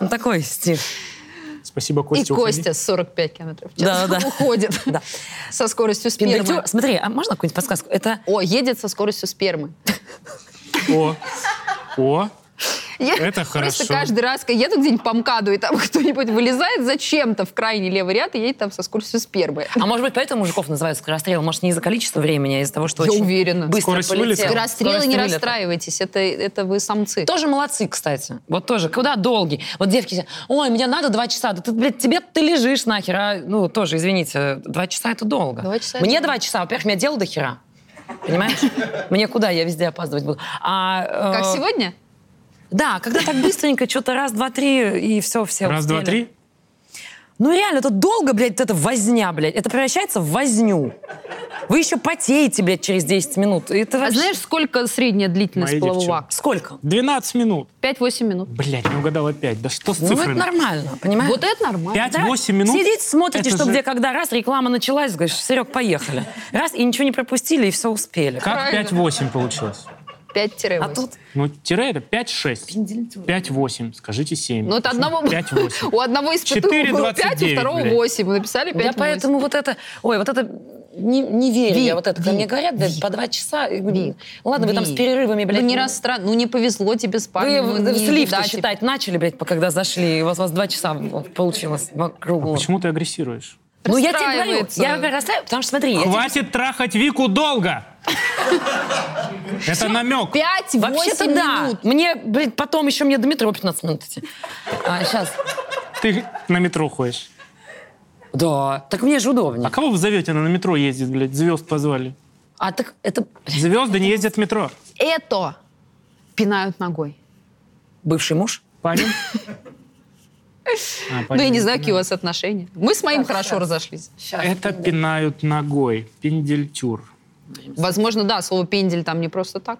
S3: Ну, такой стих.
S2: Спасибо, Костя.
S1: И
S2: уходи.
S1: Костя с 45 километров в час *laughs*
S3: Да-да-да.
S1: уходит
S3: Да.
S1: со скоростью спермы.
S3: Пиндельтюр. Смотри, а можно какую-нибудь подсказку? Это
S1: О, едет со скоростью спермы. *laughs*
S2: О, о.
S1: Я
S2: Это
S1: Просто
S2: хорошо.
S1: каждый раз, когда еду где-нибудь по МКАДу, и там *laughs* кто-нибудь вылезает зачем-то в крайний левый ряд и едет там со скоростью спермы.
S3: А может быть, поэтому мужиков называют скорострел? Может, не из-за количества времени, а из-за того, что
S1: Я
S3: очень
S1: уверена.
S3: быстро
S2: Скорость
S3: полетело.
S2: вылета?
S1: Скорострелы, не
S3: Скорость вылета.
S1: расстраивайтесь, это, это вы самцы.
S3: Тоже молодцы, кстати. Вот тоже. Куда долгий? Вот девки все, ой, мне надо два часа. Да ты, блядь, тебе ты лежишь нахер. А, ну, тоже, извините, два часа это долго.
S1: Два часа
S3: Мне
S1: это-
S3: два часа. Во-первых, у меня дело до хера. Понимаешь? *laughs* Мне куда? Я везде опаздывать буду. А, э,
S1: Как сегодня?
S3: Да, когда так быстренько, что-то раз, два, три, и все, все
S2: Раз, два, три.
S3: Ну реально, это долго, блядь, вот это возня, блядь. Это превращается в возню. Вы еще потеете, блядь, через 10 минут. И Это
S1: А
S3: вообще-
S1: знаешь, сколько средняя длительность
S2: Мои
S1: полового акта?
S3: Сколько?
S2: 12 минут.
S1: 5-8 минут.
S2: Блять, не угадал опять. Да что с
S3: Ну, это
S2: цифрами?
S3: нормально, понимаешь?
S1: Вот это нормально.
S2: 5-8 минут.
S3: Сидите, смотрите,
S2: Это
S3: что
S2: же-
S3: где, когда. Раз, реклама началась, говоришь, Серег, поехали. Раз, и ничего не пропустили, и все успели.
S2: Как
S1: Правильно.
S2: 5-8 получилось?
S1: 5-8.
S3: А тут
S2: Ну, тире это 5-6. 5-8. Скажите 7.
S1: Ну, это одного...
S2: 5-8.
S1: *laughs* У одного испытуемого было 5, у
S2: 4,29,
S1: второго
S2: блядь.
S1: 8. Написали 5
S3: я поэтому вот это... Ой, вот это... Не, не верю
S1: Ви,
S3: я вот это. Когда
S1: Ви,
S3: мне говорят, да, по два часа. и говорю,
S1: Ви,
S3: Ладно, вы там
S1: Ви.
S3: с перерывами, блядь.
S1: Ну, не расстра... ну, не повезло тебе с
S3: Вы
S1: парнем. ну,
S3: в-
S1: не
S3: с лифта
S1: видать.
S3: считать начали, блядь, по- когда зашли, и у вас, у вас два часа получилось круглого.
S2: А Почему ты агрессируешь?
S3: Ну, я тебе говорю,
S1: Расстраивается.
S3: я во-первых, расстраиваюсь, потому что смотри, я тебе-
S2: Хватит трахать
S1: *laughs*
S2: Вику долго! Это намек.
S1: 5-8
S3: вообще-то да.
S1: минут.
S3: Мне, блин, потом еще мне до метро 15 минут идти. А, сейчас.
S2: Ты на метро ходишь.
S3: Да. Так мне же удобнее.
S2: А кого вы зовете? Она на метро ездит, блядь. Звезд позвали.
S3: А так это
S2: Звезды не ездят в метро.
S1: Это пинают ногой.
S3: бывший муж?
S2: Парень? А,
S1: Ну, я
S2: парень.
S1: не знаю, какие у вас отношения. Мы с моим хорошо разошлись.
S3: Сейчас.
S2: Это пинают ногой. Пиндельтюр.
S1: Возможно, да, слово пендель там не просто так.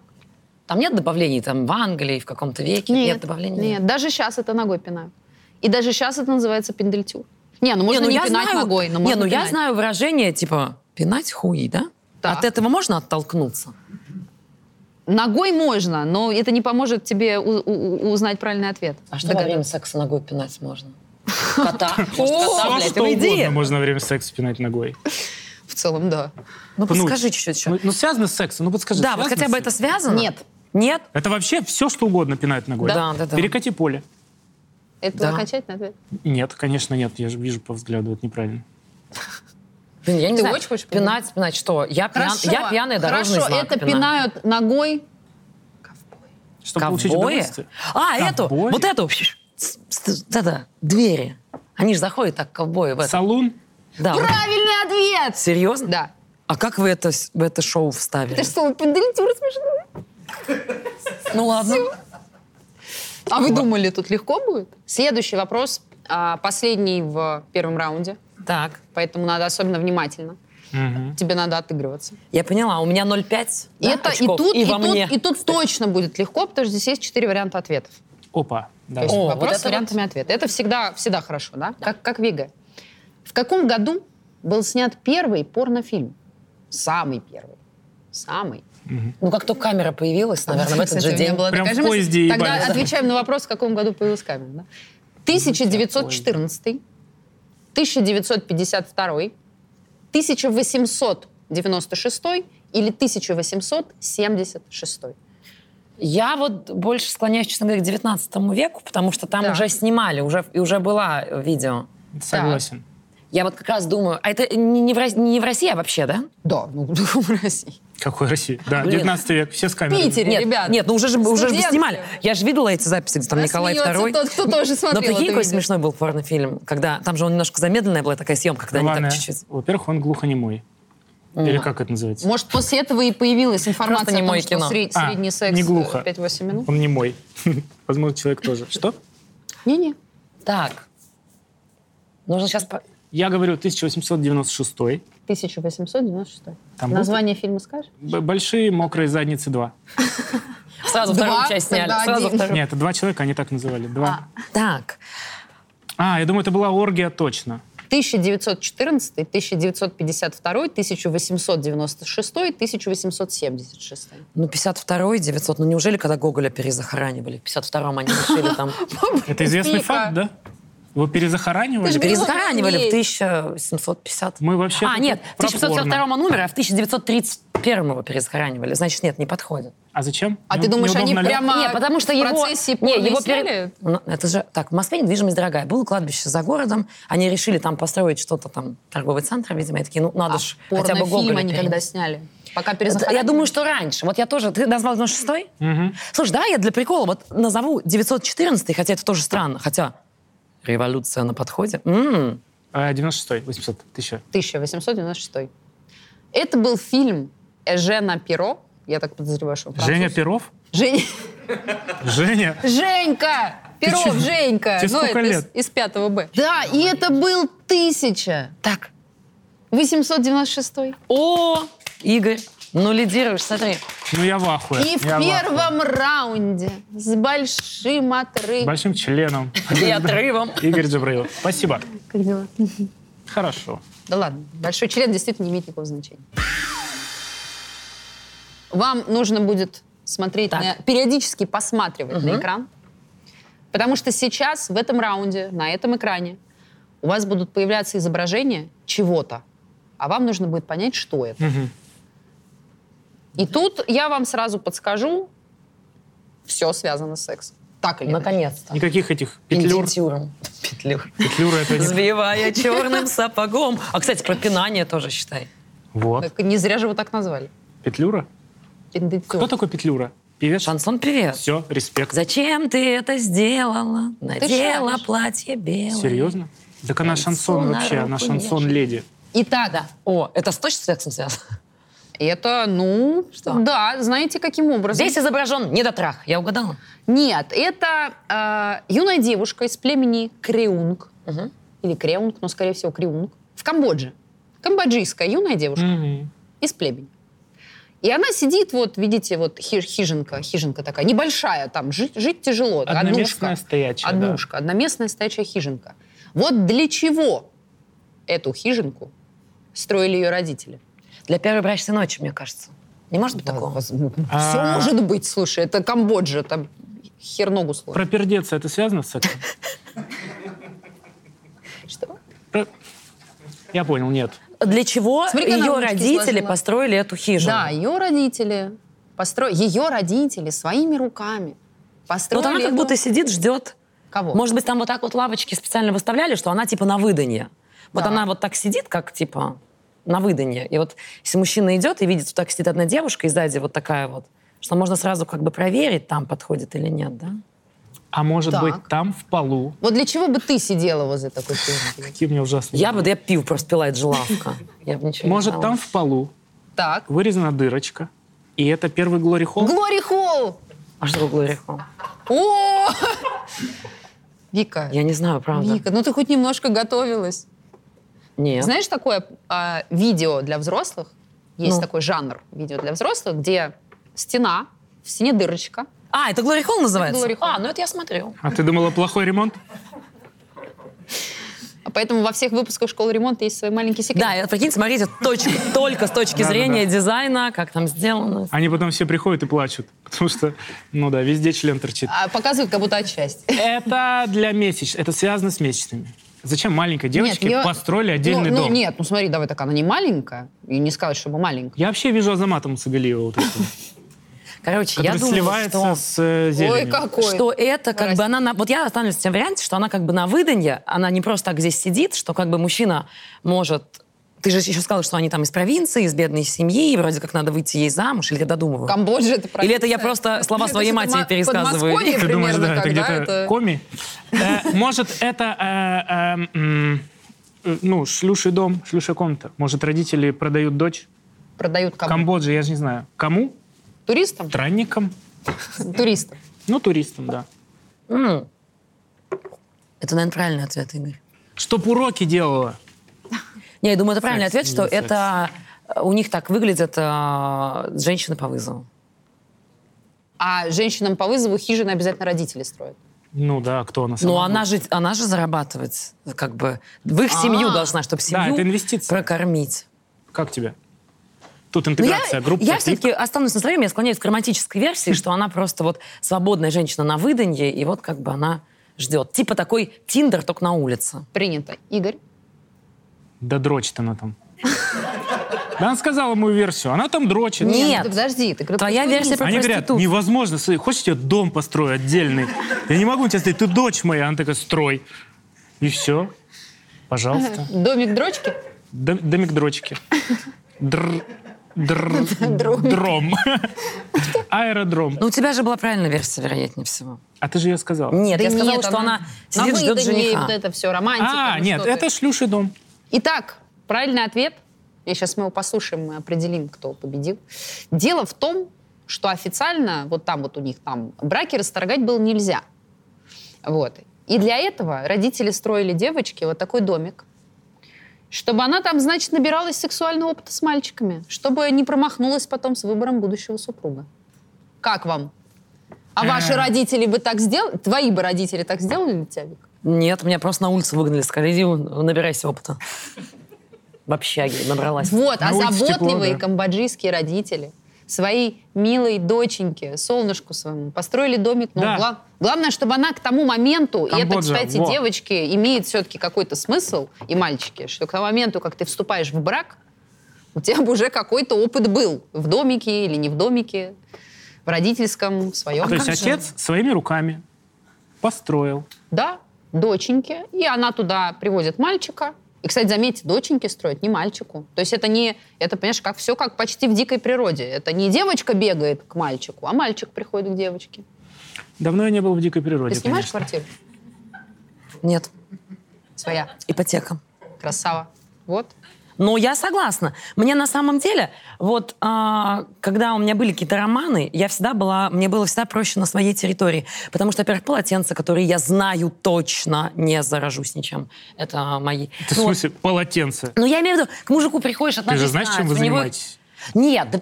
S3: Там нет добавлений там в Англии, в каком-то веке? Нет, добавлений.
S1: Нет, даже сейчас это ногой пинают. И даже сейчас это называется пендельтюр. Не, ну можно не, пинать ногой, но
S3: не,
S1: можно
S3: ну я
S1: пинать.
S3: знаю выражение типа пинать хуи, да?
S1: Так.
S3: От этого можно оттолкнуться?
S1: Ногой можно, но это не поможет тебе у- у- у- узнать правильный ответ.
S3: А что во
S1: Догадайся.
S3: время секса ногой пинать можно? Кота. Может,
S2: Всё,
S3: кота, блядь,
S2: что
S3: уйди.
S2: угодно можно во время секса пинать ногой.
S1: В целом, да.
S3: Ну,
S2: Пнуть.
S3: подскажи чуть-чуть еще.
S2: Ну, ну, связано с сексом, ну подскажи.
S3: Да, вот
S2: связано
S3: хотя
S2: с
S3: бы это
S2: сексом?
S3: связано?
S1: Нет.
S3: Нет?
S2: Это вообще все, что угодно пинать ногой.
S3: Да. Да, да, да.
S2: Перекати поле.
S1: Это
S3: Да.
S1: окончательный ответ.
S2: Нет, конечно, нет. Я же вижу по взгляду, это неправильно.
S3: Блин, я не
S1: Ты
S3: знаю.
S1: очень хочешь
S3: пинать, пинать что? Я, пьян- я пьяная дорожный
S1: Хорошо,
S3: знак
S1: это
S3: пинаю.
S1: пинают ногой.
S2: Чтобы получить
S3: Ковбои?
S2: удовольствие.
S3: А, эту,
S2: Ковбои?
S3: вот эту. Да-да, двери. Они же заходят так, ковбои, в это.
S2: Салун?
S3: Да, вот.
S1: Правильный ответ!
S3: А Серьезно?
S1: Да.
S3: А как вы это, с- в это шоу вставили?
S1: Это же слово пендельтюр смешно.
S3: Ну ладно.
S1: А вы думали, тут легко будет? Следующий вопрос, а, последний в первом раунде.
S3: Так.
S1: Поэтому надо особенно внимательно.
S2: Мгм.
S1: Тебе надо отыгрываться.
S3: Я поняла, у меня 0,5
S1: И
S3: да,
S1: это
S3: очков,
S1: и тут, и,
S3: во
S1: тут,
S3: мне.
S1: и тут точно будет легко, потому что здесь есть четыре варианта ответов.
S2: Опа.
S1: То
S2: давай.
S1: есть
S3: О,
S1: вопрос
S3: вот
S1: с
S3: это
S1: вариантами ответа. Это всегда, всегда хорошо, да? Как, как Вига. В каком году был снят первый порнофильм? Самый первый. Самый.
S3: Ну, как только камера появилась, наверное, в этот
S1: Кстати, у
S3: же
S1: меня
S3: день.
S1: была
S2: Прям
S1: такая
S2: в
S1: же мысль.
S2: поезде
S1: Тогда
S2: ебались.
S1: отвечаем на вопрос, в каком году появилась камера. да? 1914, 1952, 1896 или 1876.
S3: Я вот больше склоняюсь, честно говоря, к 19 веку, потому что там
S1: Да.
S3: уже снимали, уже, и уже было э, видео.
S2: Согласен.
S3: Я вот как раз думаю, а это не, не в, Рос- не в России, а вообще, да?
S1: Да, ну, *laughs* в России.
S2: Какой Россия? Да,
S3: Блин.
S2: 19 век, все с камерами.
S1: Питере.
S3: Нет,
S1: ребята,
S3: нет, ну уже же, уже же
S1: студенты.
S3: снимали. Я же видела эти записи, где там
S1: Да,
S3: Николай
S1: смеется
S3: II.
S1: тот, кто тоже смотрел
S3: Но прикинь,
S1: это
S3: какой
S1: видео.
S3: смешной был порнофильм, когда там же он немножко замедленная была такая съемка, когда они
S2: Главное,
S3: так чуть-чуть...
S2: во-первых, он глухонемой. Или как это называется?
S1: Может, после этого и появилась информация
S3: Просто не
S1: о том,
S3: мое
S1: что
S3: кино.
S1: сре-
S2: А,
S1: средний секс
S2: не глухо.
S1: э, 5-8 минут?
S2: Он немой. *laughs* Возможно, человек тоже. Что?
S1: Не-не.
S3: Так. Нужно сейчас... по-
S2: Я говорю 1896.
S1: 1896.
S2: Там был
S1: Название фильма скажешь?
S2: Б- Большие мокрые задницы 2.
S3: Сразу
S1: Два,
S3: вторую часть сняли.
S1: тогда
S3: Сразу
S1: один.
S3: вторую.
S2: Нет, это два человека, они так называли. Два.
S3: Так.
S2: А, я думаю, это была оргия точно.
S1: 1914, 1952, 1896, 1876.
S3: Ну, 52-й, 900. Ну, неужели, когда Гоголя перезахоранивали? В 52-м они решили
S1: *laughs*
S3: там...
S2: *laughs* Это известный
S1: Пика.
S2: факт, да? Его перезахоранивали?
S1: Ты же говорил-
S3: Перезахоранивали в
S1: Офигеть.
S3: 1750.
S2: Мы вообще
S3: А,
S2: тут
S3: нет, в
S2: про
S3: 1752 он умер, а в 1931 его перезахоранивали. Значит, нет, не подходит.
S2: А зачем?
S1: А
S2: Не-
S1: ты думаешь, они
S2: неудобно ли?
S1: прямо
S3: Нет, потому что
S1: в
S3: его...
S1: процессе
S3: не, его
S1: порно сняли?
S3: Ну, это же... Так, в Москве недвижимость дорогая. Было кладбище за городом, они решили там построить что-то там, торговый центр, видимо, и такие, ну, надо
S1: А
S3: же хотя бы
S1: порнофильм
S3: Гоголя
S1: они когда
S3: перенести.
S1: сняли? Пока
S3: Это-
S1: перезахоронили?
S3: Я думаю, что раньше. Вот я тоже... Ты назвал 96-й?
S2: Мгм.
S3: Слушай, давай я для прикола вот назову 914, хотя это тоже странно, хотя революция на подходе. М-м. М.
S2: А, 96-й, 800, 1000.
S1: 1896. Это был фильм Эжена Перо. Я так подозреваю, что он француз.
S2: Женя Перов?
S1: Жень- *laughs*
S2: Женя?
S1: Женька! Перов,
S2: чё?
S1: Женька!
S2: Тебе
S1: Ну,
S2: сколько
S1: это из-
S2: лет?
S1: Из, 5 Б. Да, и это был 1896.
S3: Так, о, Игорь, ну лидируешь, смотри.
S2: Ну я в ахуе.
S1: И в
S2: я ахуе.
S1: первом раунде с большим
S2: С
S1: отрывом.
S2: Большим членом.
S3: *laughs* И отрывом.
S2: Игорь Джабраилов. Спасибо.
S1: Как дела?
S2: Хорошо.
S1: Да ладно, большой член действительно не имеет никакого значения. Вам нужно будет смотреть,
S3: Так.
S1: на- периодически посматривать на экран, потому что сейчас в этом раунде, на этом экране, у вас будут появляться изображения чего-то, а вам нужно будет понять, что это.
S2: Мгм.
S1: И тут я вам сразу подскажу, все связано с сексом. Так или иначе.
S3: Наконец-то.
S2: Никаких этих петлюр.
S3: Петлюр. Петлюр.
S2: Петлюр это не...
S3: Сбивая черным сапогом. А, кстати, про пинание тоже считай.
S2: Вот.
S1: Так Не зря же его так назвали.
S2: Петлюра?
S1: Пиндецюр.
S2: Кто такой Петлюра? Певец?
S3: Шансон певец.
S2: Все, респект.
S3: Зачем ты это сделала? Надела
S1: шаришь.
S3: платье белое.
S2: Серьезно? Так она шансон
S3: на
S2: вообще, она
S3: руку
S2: шансон леди.
S1: Итак,
S3: О, это с точно с сексом связано?
S1: это, ну,
S3: Что?
S1: да, знаете, каким образом?
S3: Здесь изображен недотрах. Я угадала?
S1: Нет, это э, юная девушка из племени Креунг,
S3: Мгм.
S1: или Креунг, но, скорее всего, Креунг, в Камбодже. Камбоджийская юная девушка
S2: Мгм.
S1: из племени. И она сидит, вот, видите, вот хи- хижинка, хижинка такая, небольшая там, жить, жить тяжело.
S2: Одноместная
S1: однушка.
S2: стоячая. да.
S1: Однушка, одноместная стоячая хижинка. Вот для чего эту хижинку строили ее родители?
S3: Для первой брачной ночи, мне кажется. Не может быть такого?
S1: Все
S2: А.
S1: может быть, слушай, это Камбоджа, там хер ногу сложишь.
S2: Про пердеться это связано с сексом?
S1: Что?
S2: Про- Я понял, нет.
S3: Для чего
S1: Смотри, как она
S3: ее
S1: ручки
S3: родители
S1: сложила.
S3: построили эту хижину?
S1: Да, ее родители построили, ее родители своими руками построили.
S3: Вот она как
S1: эту-
S3: будто сидит, ждет.
S1: кого?
S3: Может быть, там вот так вот лавочки специально выставляли, что она типа на выданье. Вот
S1: Так.
S3: она вот так сидит, как типа на выданье. И вот если мужчина идет и видит, что так сидит одна девушка, и сзади вот такая вот, что можно сразу как бы проверить, там подходит или нет, да?
S2: А может
S1: Так.
S2: быть, там в полу.
S1: Вот для чего бы ты сидела возле такой хижинки?
S2: Какие мне ужасные.
S3: Я бы, да я пиво просто пила, это же лавка. Я бы ничего не
S2: Может,
S3: знала.
S2: там в полу
S1: Так.
S2: вырезана дырочка, и это первый Глори Холл?
S1: Глори Холл!
S3: А что такое Глорихол?
S1: О! Вика,
S3: Я не знаю, правда.
S1: Вика, ну ты хоть немножко готовилась.
S3: Нет.
S1: Знаешь такое а, видео для взрослых? Есть
S3: Ну.
S1: такой жанр видео для взрослых, где стена, в стене дырочка.
S3: А, это Glory Hall называется?
S1: Glory Hall.
S3: А, ну это я смотрю.
S2: А ты думала, плохой ремонт?
S1: А Поэтому во всех выпусках школы ремонта есть свой маленький секрет.
S3: Да, это, прикинь, смотрите, точка- только с точки
S2: Да-да-да.
S3: зрения дизайна, как там сделано.
S2: Они потом все приходят и плачут, *laughs* потому что, ну да, везде член торчит.
S1: А показывают как будто отчасти.
S2: Это для месяц, это связано с месячными. Зачем маленькой девочке
S1: я-
S2: построили отдельный
S1: ну, ну,
S2: дом?
S1: нет, ну смотри, давай так, она не маленькая. И не сказать, чтобы маленькая.
S2: Я вообще вижу Азамата Мусагалиева вот
S1: *laughs*
S2: этого,
S3: Короче, я
S2: который
S3: думаю,
S2: сливается
S3: что...
S2: с э, зеленью.
S1: Ой, какой.
S3: Что это как
S1: Здрасте.
S3: бы она... на- Вот я останусь в тем варианте, что она как бы на выданье, она не просто так здесь сидит, что как бы мужчина может... Ты же еще сказала, что они там из провинции, из бедной семьи, и вроде как надо выйти ей замуж, или я додумываю.
S1: Камбоджа это
S3: Или это я просто слова своей матери пересказываю?
S1: *laughs* Ты
S2: Ты думаешь, да, это где-то
S1: это...
S2: коми? Э, Может, это э, э, м, э, ну, шлюший дом, шлюшая комната. Может, родители продают дочь?
S1: Продают кому?
S2: Камбоджи, я же не знаю. Кому?
S1: Туристам?
S2: Странникам?
S1: Туристам.
S2: Ну, туристам, да.
S3: М. Это, наверное, правильный ответ, Игорь.
S2: Чтоб уроки делала.
S3: Не, я думаю, это правильный
S2: Секс,
S3: ответ, что
S2: не секс.
S3: это э, у них так выглядят э, женщины по вызову.
S1: А женщинам по вызову хижины обязательно родители строят.
S2: Ну да, кто она сама?
S3: Но
S2: будет?
S3: она же, она же зарабатывать, как бы, в их семью
S1: А.
S3: должна, чтобы
S2: Да, это
S3: семью
S2: инвестиция.
S3: прокормить.
S2: Как тебе? Тут
S3: Ну, я,
S2: интеграция, группа.
S3: я все-таки останусь на своем, я склоняюсь к романтической версии, что она просто вот свободная женщина на выданье, и вот как бы она ждет. Типа такой Тиндер, только на улице.
S1: Принято. Игорь?
S2: Да дрочит она там. Да она сказала мою версию. Она там дрочит.
S3: Нет.
S1: ну ты подожди. Ты
S3: Твоя версия про
S2: Они говорят,
S3: проститутку.
S2: невозможно, смотри, хочешь, я тебе дом построю отдельный? Я не могу на тебя стоять, ты дочь моя. Она такая, строй. И все. Пожалуйста.
S1: Домик дрочки?
S2: Дом- Домик дрочки. Др... др- Дром. *laughs* Аэродром.
S3: Ну, у тебя же была правильная версия, вероятнее всего.
S2: А ты же ее сказал.
S3: Нет,
S1: Да
S3: я сказала,
S1: нет,
S3: что она,
S1: на
S3: сидит, ждет
S1: выданье,
S3: жениха.
S1: вот это все, романтика.
S2: А,
S1: ну
S2: нет,
S1: что ты.
S2: это шлюший дом.
S1: Итак, правильный ответ. Я сейчас мы его послушаем, мы определим, кто победил. Дело в том, что официально вот там вот у них там браки расторгать было нельзя. Вот. И для этого родители строили девочке вот такой домик, чтобы она там, значит, набиралась сексуального опыта с мальчиками, чтобы не промахнулась потом с выбором будущего супруга. Как вам? А ваши
S2: Э.
S1: родители бы так сделали? Твои бы родители так сделали для тебя, Вик?
S3: Нет, меня просто на улицу выгнали, сказали, иди набирайся опыта. В общаге набралась.
S1: Вот,
S2: На
S1: а
S2: улице тепло,
S1: заботливые
S2: да.
S1: камбоджийские родители своей милой доченьке, солнышку своему, построили домик. Ну,
S2: Да.
S1: гла- главное, чтобы она к тому моменту, и это,
S2: Камбоджа,
S1: кстати,
S2: во.
S1: девочки имеет все-таки какой-то смысл, и мальчики, что к тому моменту, как ты вступаешь в брак, у тебя бы уже какой-то опыт был в домике или не в домике, в родительском, в своем.
S2: А То есть
S3: как же?
S2: отец своими руками построил.
S1: Да, доченьке, и она туда приводит мальчика. И, кстати, заметьте, доченьки строят, не мальчику. То есть это не, это, понимаешь, как все как почти в дикой природе. Это не девочка бегает к мальчику, а мальчик приходит к девочке.
S2: Давно я не был в дикой природе,
S1: Ты снимаешь
S2: конечно.
S1: квартиру?
S3: Нет,
S1: Своя.
S3: ипотека.
S1: Красава. Вот.
S3: Но я согласна. Мне на самом деле, вот а, когда у меня были какие-то романы, я всегда была, мне было всегда проще на своей территории. Потому что, во-первых, полотенца, которые я знаю точно, не заражусь ничем. Это мои.
S2: Ты, в
S3: Ну, вот.
S2: смысле, полотенце.
S3: Ну, я имею в виду, к мужику приходишь,
S2: Ты
S3: отношения
S2: же знаешь, чем вы
S3: у него-
S2: занимаетесь?
S3: Нет, да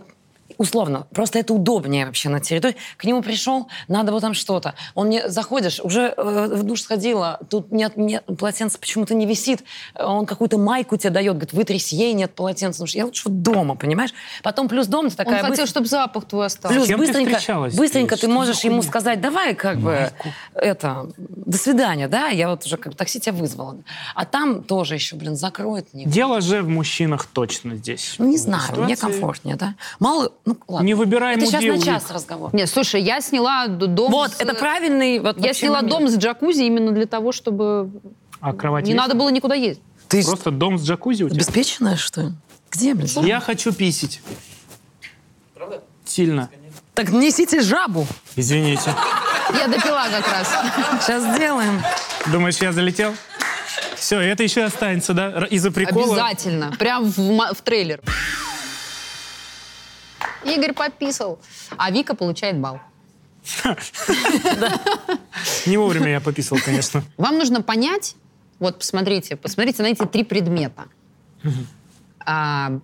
S3: условно, просто это удобнее вообще на территории. К нему пришел, надо вот там что-то. Он мне заходишь, уже э, в душ сходила, тут нет, нет полотенца почему-то не висит, Э, он какую-то майку тебе дает, говорит, вытрясь ей, нет полотенца. Потому что я лучше вот дома, понимаешь? Потом плюс дом, ты такая...
S1: Он хотел,
S3: быстро-
S1: чтобы запах твой остался.
S3: Плюс
S2: С кем ты
S3: быстренько,
S2: встречалась?
S3: быстренько
S2: Что
S3: ты
S2: за
S3: можешь ему
S2: хуйня?
S3: сказать, давай как бы это, до свидания, да, я вот уже как бы такси тебя вызвала. А там тоже еще, блин, закроет не.
S2: Дело же в мужчинах точно здесь.
S3: Ну, не
S2: В
S3: знаю, мне
S2: ситуации
S3: комфортнее, да? Мало, ну, ладно.
S2: Не выбираем
S3: Это сейчас
S2: людей
S3: на
S2: у
S3: час
S2: них.
S3: разговор. э,
S1: Нет, слушай, я сняла д- дом
S3: Вот,
S1: с-
S3: это правильный вот,
S1: Я
S3: вообще
S1: сняла
S3: момент.
S1: дом с джакузи именно для того, чтобы
S2: А кровать
S1: не
S2: есть?
S1: надо было никуда ездить.
S3: Ты
S2: Просто дом с джакузи у тебя?
S3: обеспеченная, что ли? Где, блин?
S2: Я хочу писить. Правда? Сильно.
S3: Так несите жабу.
S2: Извините.
S1: Я допила как раз.
S3: Сейчас сделаем.
S2: Думаешь, я залетел? Все, это еще останется, да? Р- Из-за прикола.
S1: Обязательно. Прям в, ма- в трейлер. Игорь пописал. А Вика получает балл.
S2: Не вовремя я пописал, конечно.
S1: Вам нужно понять, вот посмотрите, посмотрите на эти три предмета. А,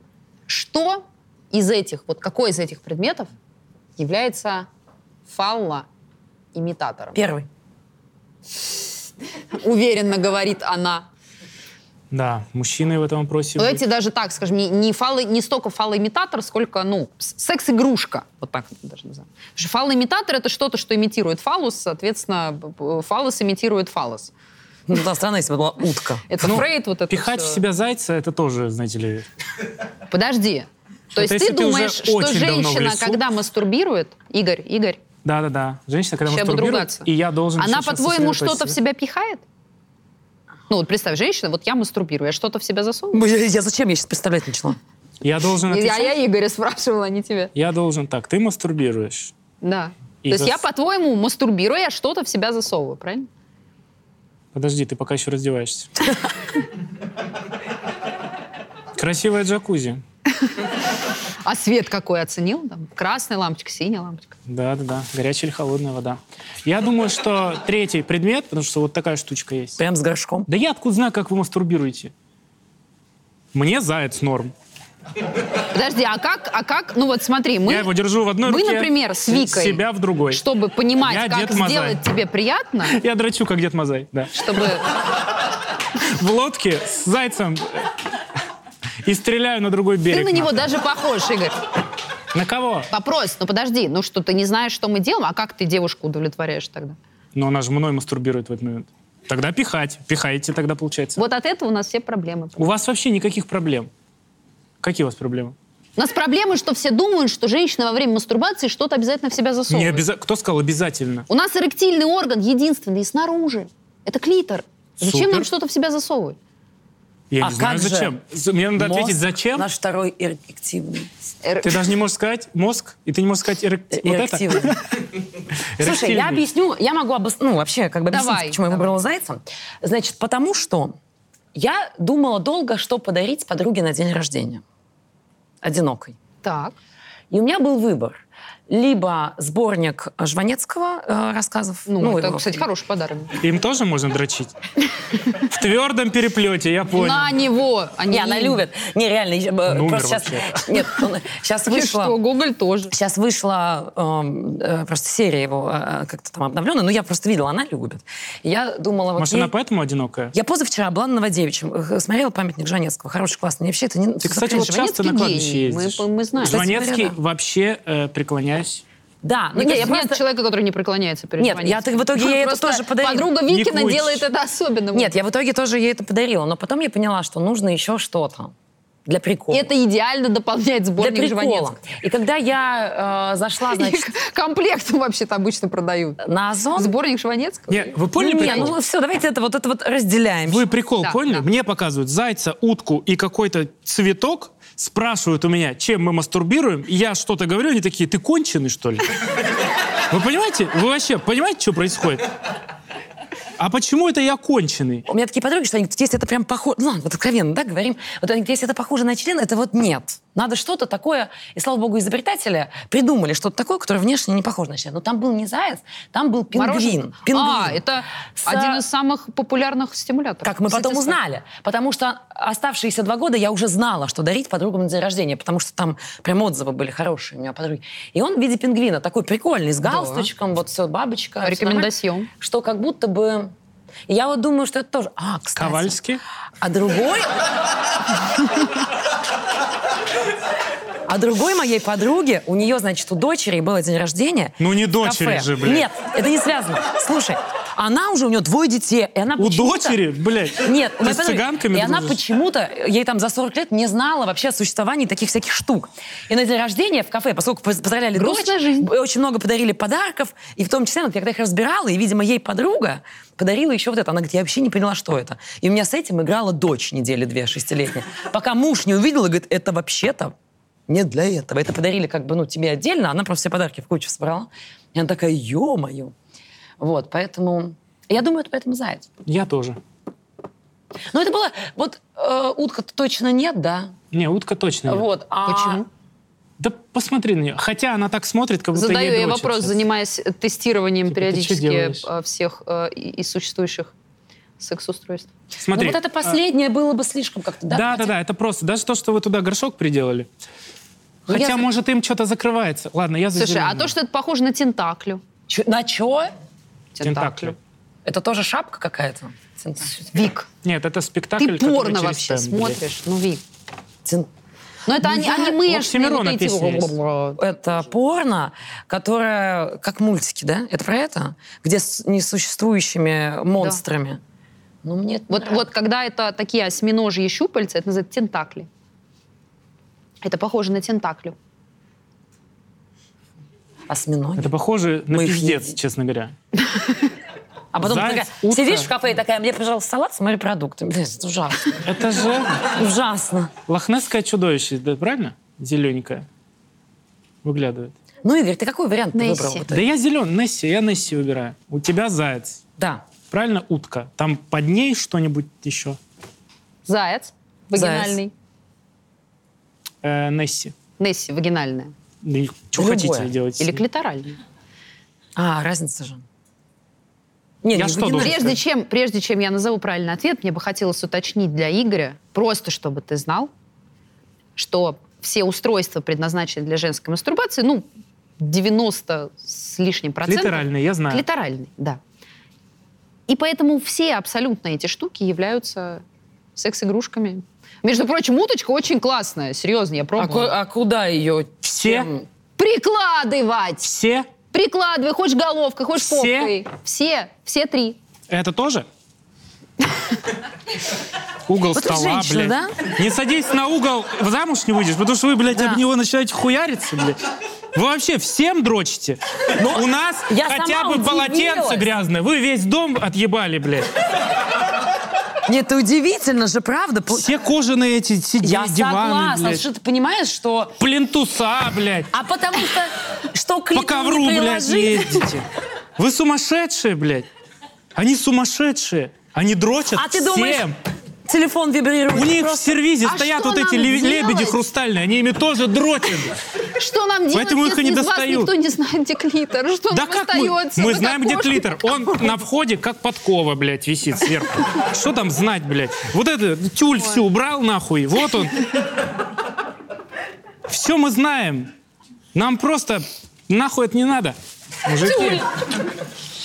S1: что из этих, вот какой из этих предметов является фаллоимитатором?
S3: Первый.
S1: Уверенно говорит она.
S2: Да, мужчины в этом вопросе...
S1: Давайте даже так, скажем, не, не, фалы, не столько фалоимитатор, сколько, ну, с- секс-игрушка. Вот так это даже назовем. Потому что фалоимитатор — это что-то, что имитирует фалус, соответственно, б- б- фалос имитирует фалос.
S3: Ну, да, странно, если бы была утка.
S1: Это
S2: Ну,
S1: Фрейд, вот э, это
S2: Пихать
S1: всё.
S2: в себя зайца, это тоже, знаете ли...
S1: Подожди. То есть
S2: если
S1: ты
S2: ты уже
S1: думаешь, что
S2: очень давно в
S1: женщина,
S2: лесу-
S1: когда мастурбирует, Игорь, Игорь,
S2: Да-да-да. Женщина, когда
S1: Сейчас буду
S2: мастурбирует,
S1: ругаться.
S2: и я должен...
S1: она,
S2: сейчас
S1: по-твоему, что-то в
S2: сосредоточиться.
S1: себя пихает? Ну вот представь, женщина, вот я мастурбирую, я что-то в себя засунула.
S3: Ну, Я, я зачем? Я сейчас представлять начала.
S2: Я должен
S1: А Я,
S2: отвечать?
S1: я Игоря спрашивала, а не тебя.
S2: Я должен так. Ты мастурбируешь.
S1: Да.
S2: И
S1: То есть
S2: зас-
S1: я, по-твоему, мастурбирую, я что-то в себя засовываю, правильно?
S2: Подожди, ты пока еще раздеваешься. Красивая джакузи.
S1: А свет какой оценил? Там, красная лампочка, синяя лампочка.
S2: Да, да, да. Горячая или холодная вода. Я думаю, что третий предмет, потому что вот такая штучка есть.
S3: Прям с горшком.
S2: Да я откуда знаю, как вы мастурбируете? Мне заяц норм.
S1: Подожди, а как, а как, ну вот смотри, мы,
S2: я его держу в одной
S1: мы,
S2: руке.
S1: например, с
S2: се-
S1: Викой,
S2: Себя в другой.
S1: чтобы понимать,
S2: Я
S1: как
S2: Дед Мазай.
S1: сделать тебе приятно,
S2: Я дрочу, как Дед Мазай, да.
S1: чтобы...
S2: В лодке с зайцем и стреляю на другой
S1: Ты
S2: берег.
S1: на него
S2: нахуй.
S1: даже похож, Игорь.
S2: На кого?
S1: Вопрос, ну подожди, ну что, ты не знаешь, что мы делаем, а как ты девушку удовлетворяешь тогда?
S2: Но она же мной мастурбирует в этот момент. Тогда пихать. Пихаете тогда, получается.
S1: Вот от этого у нас все проблемы.
S2: У вас вообще никаких проблем. Какие у вас проблемы?
S1: У нас проблемы, что все думают, что женщина во время мастурбации что-то обязательно в себя
S2: Не
S1: засовывает.
S2: обяза- Кто сказал обязательно?
S1: У нас эректильный орган единственный снаружи. Это клитор. Зачем
S2: Супер.
S1: нам что-то в себя засовывать?
S2: Я
S3: А
S2: не знаю,
S3: как же?
S2: зачем. З- Мне надо ответить,
S3: Мозг
S2: зачем.
S3: Наш второй эрективный.
S1: Эр-
S2: Ты даже не можешь сказать мозг, и ты не можешь сказать эрек- вот это.
S3: эрективный. Э, Слушай, я
S2: Эректильный.
S3: объясню, я могу обос... ну, вообще, как бы объяснить,
S1: Давай,
S3: почему я
S1: давай.
S3: выбрала зайца. Значит, потому что я думала долго, что подарить подруге на день рождения. Одинокой.
S1: Так.
S3: И у меня был выбор. Либо сборник э, Жванецкого э, рассказов.
S1: Ну, это,
S3: его-
S1: кстати, хороший подарок.
S2: Им тоже можно дрочить? В твердом переплете, я понял.
S1: На него, а не
S3: Не, она
S1: им.
S3: любит. Не, реально. и, э,
S2: умер
S3: просто сейчас...
S2: вообще.
S3: *laughs* Нет, он- сейчас
S1: И что,
S3: вышло...
S1: Гоголь тоже.
S3: Сейчас вышла эм, э, просто серия его э, как-то там обновленная, но я просто видела, она любит. И я думала, вот
S2: Может,
S3: ей-
S2: она поэтому одинокая?
S3: Я позавчера была на Новодевичьем, э, смотрела памятник Жанецкого, хороший, классный. Мне вообще это не...
S2: Ты, кстати, вот часто на
S1: Жванецкий
S2: кладбище
S1: гений, мы-
S2: ездишь.
S1: мы знаем.
S3: Кстати а-
S2: Жванецкий
S3: говоря, да.
S2: вообще э, преклоняюсь.
S3: Да, ну,
S1: Мне кажется,
S3: не, я
S1: нет
S3: просто-
S1: человека, который не преклоняется перед
S3: Нет,
S1: Жванецким.
S3: я так в итоге ей это
S1: Просто
S3: тоже подарила.
S1: Подруга
S2: Не
S1: Викина
S2: хочешь.
S1: делает это особенно.
S3: Нет, я в итоге тоже ей это подарила, но потом я поняла, что нужно еще что-то для
S1: И
S3: прикола.
S1: это идеально дополняет
S3: для
S1: сборник
S3: прикола.
S1: Жванецкого.
S3: И когда я э,
S1: *laughs*
S3: зашла, значит,
S1: Комплектом вообще-то обычно продают.
S3: на Озон...
S1: Сборник Жванецкого?
S2: Не, вы поняли
S3: Не,
S2: прикол?
S3: ну все, давайте это вот это вот разделяем.
S2: Вы прикол
S1: Да,
S2: поняли?
S1: да.
S2: Мне показывают зайца, утку и какой-то цветок, спрашивают у меня, чем мы мастурбируем, и я что-то говорю, они такие, ты конченый, что ли? Вы понимаете? Вы вообще понимаете, что происходит? А почему это я конченый?
S3: У меня такие подруги, что они говорят, если это прям похоже... Ну ладно, вот откровенно, да, говорим. Вот они говорят, если это похоже на член, это вот нет. Надо что-то такое... И, слава богу, изобретатели придумали что-то такое, которое внешне не похоже на член. Но там был не заяц, там был пингвин.
S1: Мороженое?
S3: Пингвин.
S1: А, это
S3: С- э,
S1: один из самых популярных стимуляторов.
S3: Как мы потом
S1: Кстати,
S3: узнали. Потому что оставшиеся два года я уже знала, что дарить подругам на день рождения, потому что там прям отзывы были хорошие у меня подруги. И он в виде пингвина, такой прикольный, с галстучком, вот все, бабочка. всё
S1: Рекомендацион.
S3: нормально. Что как будто бы... И Я вот думаю, что это тоже... А, кстати.
S2: Ковальский?
S3: А другой... А другой моей подруге, у нее, значит, у дочери был день рождения.
S2: Ну, не
S3: в
S2: дочери
S3: кафе.
S2: же, блин.
S3: Нет, это не связано. Слушай, она уже, у нее двое детей. И она
S2: У
S3: почему-то-
S2: дочери, блядь.
S3: Нет, у
S2: Ты
S3: моей
S2: с
S3: подруги.
S2: цыганками
S3: И она
S2: дружишь?
S3: почему-то, ей там за 40 лет, не знала вообще о существовании таких всяких штук. И на день рождения в кафе, поскольку поз- поздравляли
S1: Грустная
S3: дочь, э,
S1: жизнь.
S3: очень много подарили подарков, и в том числе, вот я когда их разбирала, и, видимо, ей подруга подарила еще вот это. Она говорит, я вообще не поняла, что это. И у меня с этим играла дочь недели две, шестилетняя. Пока муж не увидел и говорит, это вообще-то не для этого. Это подарили как бы, ну, тебе отдельно, а она просто все подарки в кучу собрала. И она такая, ё-моё. Вот, поэтому... Я думаю, это поэтому заяц.
S2: Я тоже.
S3: Ну, это было... Вот э, утка-то точно нет, да?
S2: Не, утка точно нет.
S3: Вот. а-
S1: Почему?
S2: Да посмотри на нее. Хотя она так смотрит, как будто
S1: Задаю
S2: ей
S1: я
S2: дрочат
S1: вопрос,
S2: сейчас.
S1: занимаясь э, тестированием
S2: Типа, ты чё
S1: периодически
S2: делаешь?
S1: э, всех э, и- из существующих секс-устройств.
S3: Ну,
S2: Смотри. а
S3: вот это последнее было бы слишком как-то, да?
S2: Да, да, да, это просто. Даже то, что вы туда горшок приделали.
S3: Ну, я
S2: Хотя,
S3: за-
S2: может, им что-то закрывается. Ладно, я за
S1: Слушай, а
S2: зеленую.
S1: то, что это похоже на тентаклю.
S3: Чё- на чё?
S2: Тентаклю.
S3: Это тоже шапка какая-то? Тен-
S1: Вик,
S2: Нет, это спектакль,
S1: ты
S2: который
S1: порно
S2: через
S1: вообще
S2: Тен идет.
S1: смотришь. Ну, Вик.
S3: тен-
S1: Ну, это
S3: Ну,
S1: они,
S3: я-
S1: анимешные вот
S2: Оксимирона
S1: эти...
S2: песня есть.
S1: вот-
S3: Это порно, которое как мультики, да? Это про это? Где с несуществующими монстрами. Ну, мне это
S1: Вот, вот когда это такие осьминожьи щупальца, это называется тентакли. Это похоже на тентаклю.
S3: осьминоги.
S2: Это похоже на
S3: Мы их
S2: пиздец,
S3: едим.
S2: честно говоря.
S3: А потом
S2: Заяц,
S3: ты такая,
S2: утка.
S3: сидишь в кафе и такая, мне, пожалуйста, салат с морепродуктами. Блин, это ужасно.
S2: Это же
S3: Ужасно.
S2: лохнесское чудовище, да, правильно? Зелененькое. Выглядывает.
S3: Ну, Игорь, ты какой вариант ты выбрал?
S1: Несси.
S3: в
S2: Да
S3: итоге?
S2: я зелен, Несси, я Несси выбираю. У тебя заяц.
S3: Да.
S2: Правильно, утка. Там под ней что-нибудь еще.
S1: Заяц, вагинальный.
S2: Э, Несси.
S1: Несси, вагинальная.
S2: Да и Что
S3: Любое.
S2: хотите делать?
S1: Или клиторальная.
S3: А, разница же. Не,
S2: Я
S3: не
S2: что
S3: вагинальная.
S2: думаю?
S1: Прежде чем, прежде чем я назову правильный ответ, мне бы хотелось уточнить для Игоря, просто чтобы ты знал, что все устройства, предназначенные для женской мастурбации, ну, 90 с лишним процентов...
S2: Литеральный, я знаю.
S1: Клиторальный, да. И поэтому все абсолютно эти штуки являются секс-игрушками. Между прочим, уточка очень классная, серьезно, я
S3: А, ко-
S1: пробовала.
S3: а куда ее?
S2: Все?
S3: Чем?
S1: Прикладывать!
S2: Все?
S1: Прикладывай, хочешь головкой, хочешь
S2: Все?
S1: попкой. Все, все три.
S2: Это тоже? Угол
S3: Вот
S2: стола,
S3: женщина,
S2: блядь.
S3: да?
S2: Не садись на угол, замуж не выйдешь, потому что вы, блядь,
S3: Да.
S2: об него начинаете хуяриться, блядь. Вы вообще всем дрочите? У нас
S3: я
S2: хотя
S3: сама
S2: бы полотенце
S3: удивилась.
S2: грязное. Вы весь дом отъебали, блядь.
S3: Нет, это удивительно же, правда? Пу-
S2: Все кожаные эти сиденья,
S3: Я
S2: диваны,
S3: согласна,
S2: блядь.
S3: что ты понимаешь, что...
S2: Плинтуса, блядь.
S3: А потому что, что клип
S2: По ковру, блядь, ездите. Вы сумасшедшие, блядь. Они сумасшедшие. Они дрочат
S3: А ты думаешь,
S2: всем.
S3: телефон вибрирует.
S2: У них в
S3: Просто-
S2: сервизе
S1: А
S2: стоят
S1: что
S2: вот эти
S1: нам
S2: ле-
S1: делать?
S2: лебеди хрустальные, они ими тоже дротят.
S1: *laughs* Что нам делать,
S2: Поэтому их и
S1: если
S2: не
S1: из вас
S2: достают.
S1: никто не знает, где клитор? Что нам
S2: Да как мы?
S1: остается?
S2: Мы
S1: Ну,
S2: знаем,
S1: как
S2: где
S1: кошки?
S2: клитор. Он
S1: *laughs*
S2: на входе как подкова, блядь, висит сверху. Что там знать, блядь? Вот это, тюль всю убрал нахуй, вот он. Все мы знаем. Нам просто нахуй это не надо. Мужики.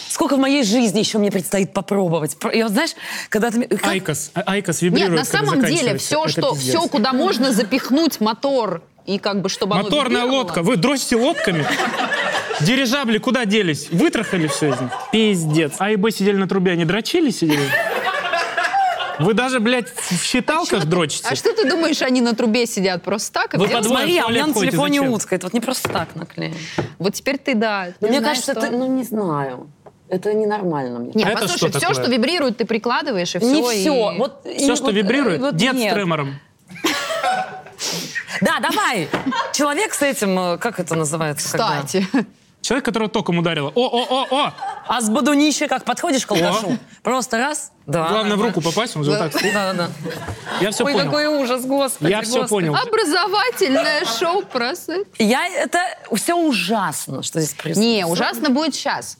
S3: Сколько в моей жизни еще мне предстоит попробовать. Про- Я вот, знаешь, когда ты... мне- как-
S2: Айкос. а- Айкос
S1: Нет,
S2: вибрирует,
S1: на
S2: когда
S1: самом деле,
S2: заканчивается.
S1: все,
S2: Это
S1: что,
S2: пиздец.
S1: все, куда можно запихнуть мотор, и как бы, чтобы оно
S2: Моторная
S1: вибрировало.
S2: лодка. Вы дрочите лодками? Дирижабли куда делись? Вытрахали все из них? Пиздец. А и Б сидели на трубе, они дрочили сидели? Вы даже, блядь, в в считалках дрочите?
S1: А что ты думаешь, они на трубе сидят просто так? и
S2: Вы
S1: где-
S2: под-
S3: Смотри, а у меня на
S2: Туалет ходите,
S3: телефоне
S2: зачем?
S3: утка. Это вот не просто так наклеено.
S1: Вот теперь ты, да.
S3: Мне
S1: знаешь,
S3: кажется,
S1: что-
S3: это, ну, не знаю. Это ненормально мне.
S1: Нет,
S2: А Это
S1: послушай,
S2: что
S1: все,
S2: такое?
S1: что вибрирует, ты прикладываешь, и все.
S3: Не все.
S1: и-
S3: Вот, и
S2: Все, что
S3: вот, э,
S2: вибрирует,
S3: вот
S2: дед
S3: нет.
S2: с тремором.
S3: Да, давай. Человек с этим, э, как это называется? когда?
S1: Кстати.
S2: *laughs* Человек, которого током ударило. О-о-о-о!
S3: А с бодунище как подходишь к алкашу?
S2: О.
S3: Просто раз, два.
S2: Главное, в руку попасть, он же вот так.
S3: Да, да, да.
S2: Я все
S3: Ой,
S2: понял.
S3: какой ужас, господи.
S2: Я все
S3: господи.
S2: понял. *laughs*
S1: Образовательное шоу про секс.
S3: Я это все ужасно, что здесь происходит.
S1: Не, ужасно будет сейчас.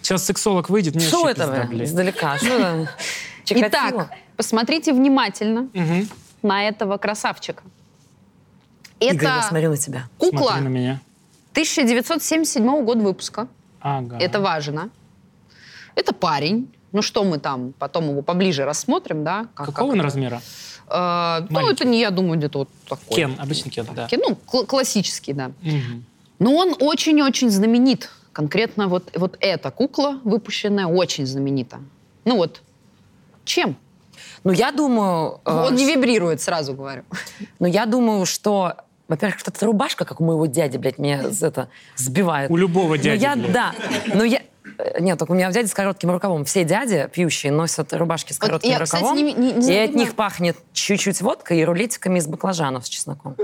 S2: Сейчас сексолог выйдет, мне
S3: Что
S2: вообще
S3: это
S2: пизда,
S3: вы?
S2: блядь.
S3: Издалека. Что это? *laughs* Чикатило?
S1: Итак, посмотрите внимательно
S2: Мгм.
S1: на этого красавчика.
S3: Игорь, я
S1: Это
S3: смотрю на тебя.
S1: кукла
S2: Смотри на меня.
S1: 1977 года выпуска.
S2: Ага.
S1: Это важно. Это парень. Ну что мы там потом его поближе рассмотрим, да? Как-
S2: Какого
S1: А как
S2: он
S1: это?
S2: размера?
S1: Э, ну,
S2: Маленький.
S1: это не, я думаю, где-то вот такой.
S2: Кен, обычный кен, да.
S1: Кен, ну, кл- классический, да.
S2: Мгм.
S1: Но он очень-очень знаменит. Конкретно вот, вот эта кукла, выпущенная, очень знаменита. Ну вот, чем?
S3: Ну, я думаю... э,
S2: А,
S1: Он не вибрирует, сразу говорю.
S3: Ну, я думаю, что... Во-первых, что то рубашка, как у моего дяди, блядь, меня с- это сбивает.
S2: У любого
S3: Но
S2: дяди,
S3: Ну, я,
S2: блядь.
S3: да. Но я... э, Нет, только у меня дядя с коротким рукавом. Все дяди пьющие носят рубашки с
S1: Вот
S3: коротким
S1: я, кстати,
S3: рукавом.
S1: не- не- не
S3: и от
S1: понимаю.
S3: них пахнет чуть-чуть водкой и рулетиками из баклажанов с чесноком.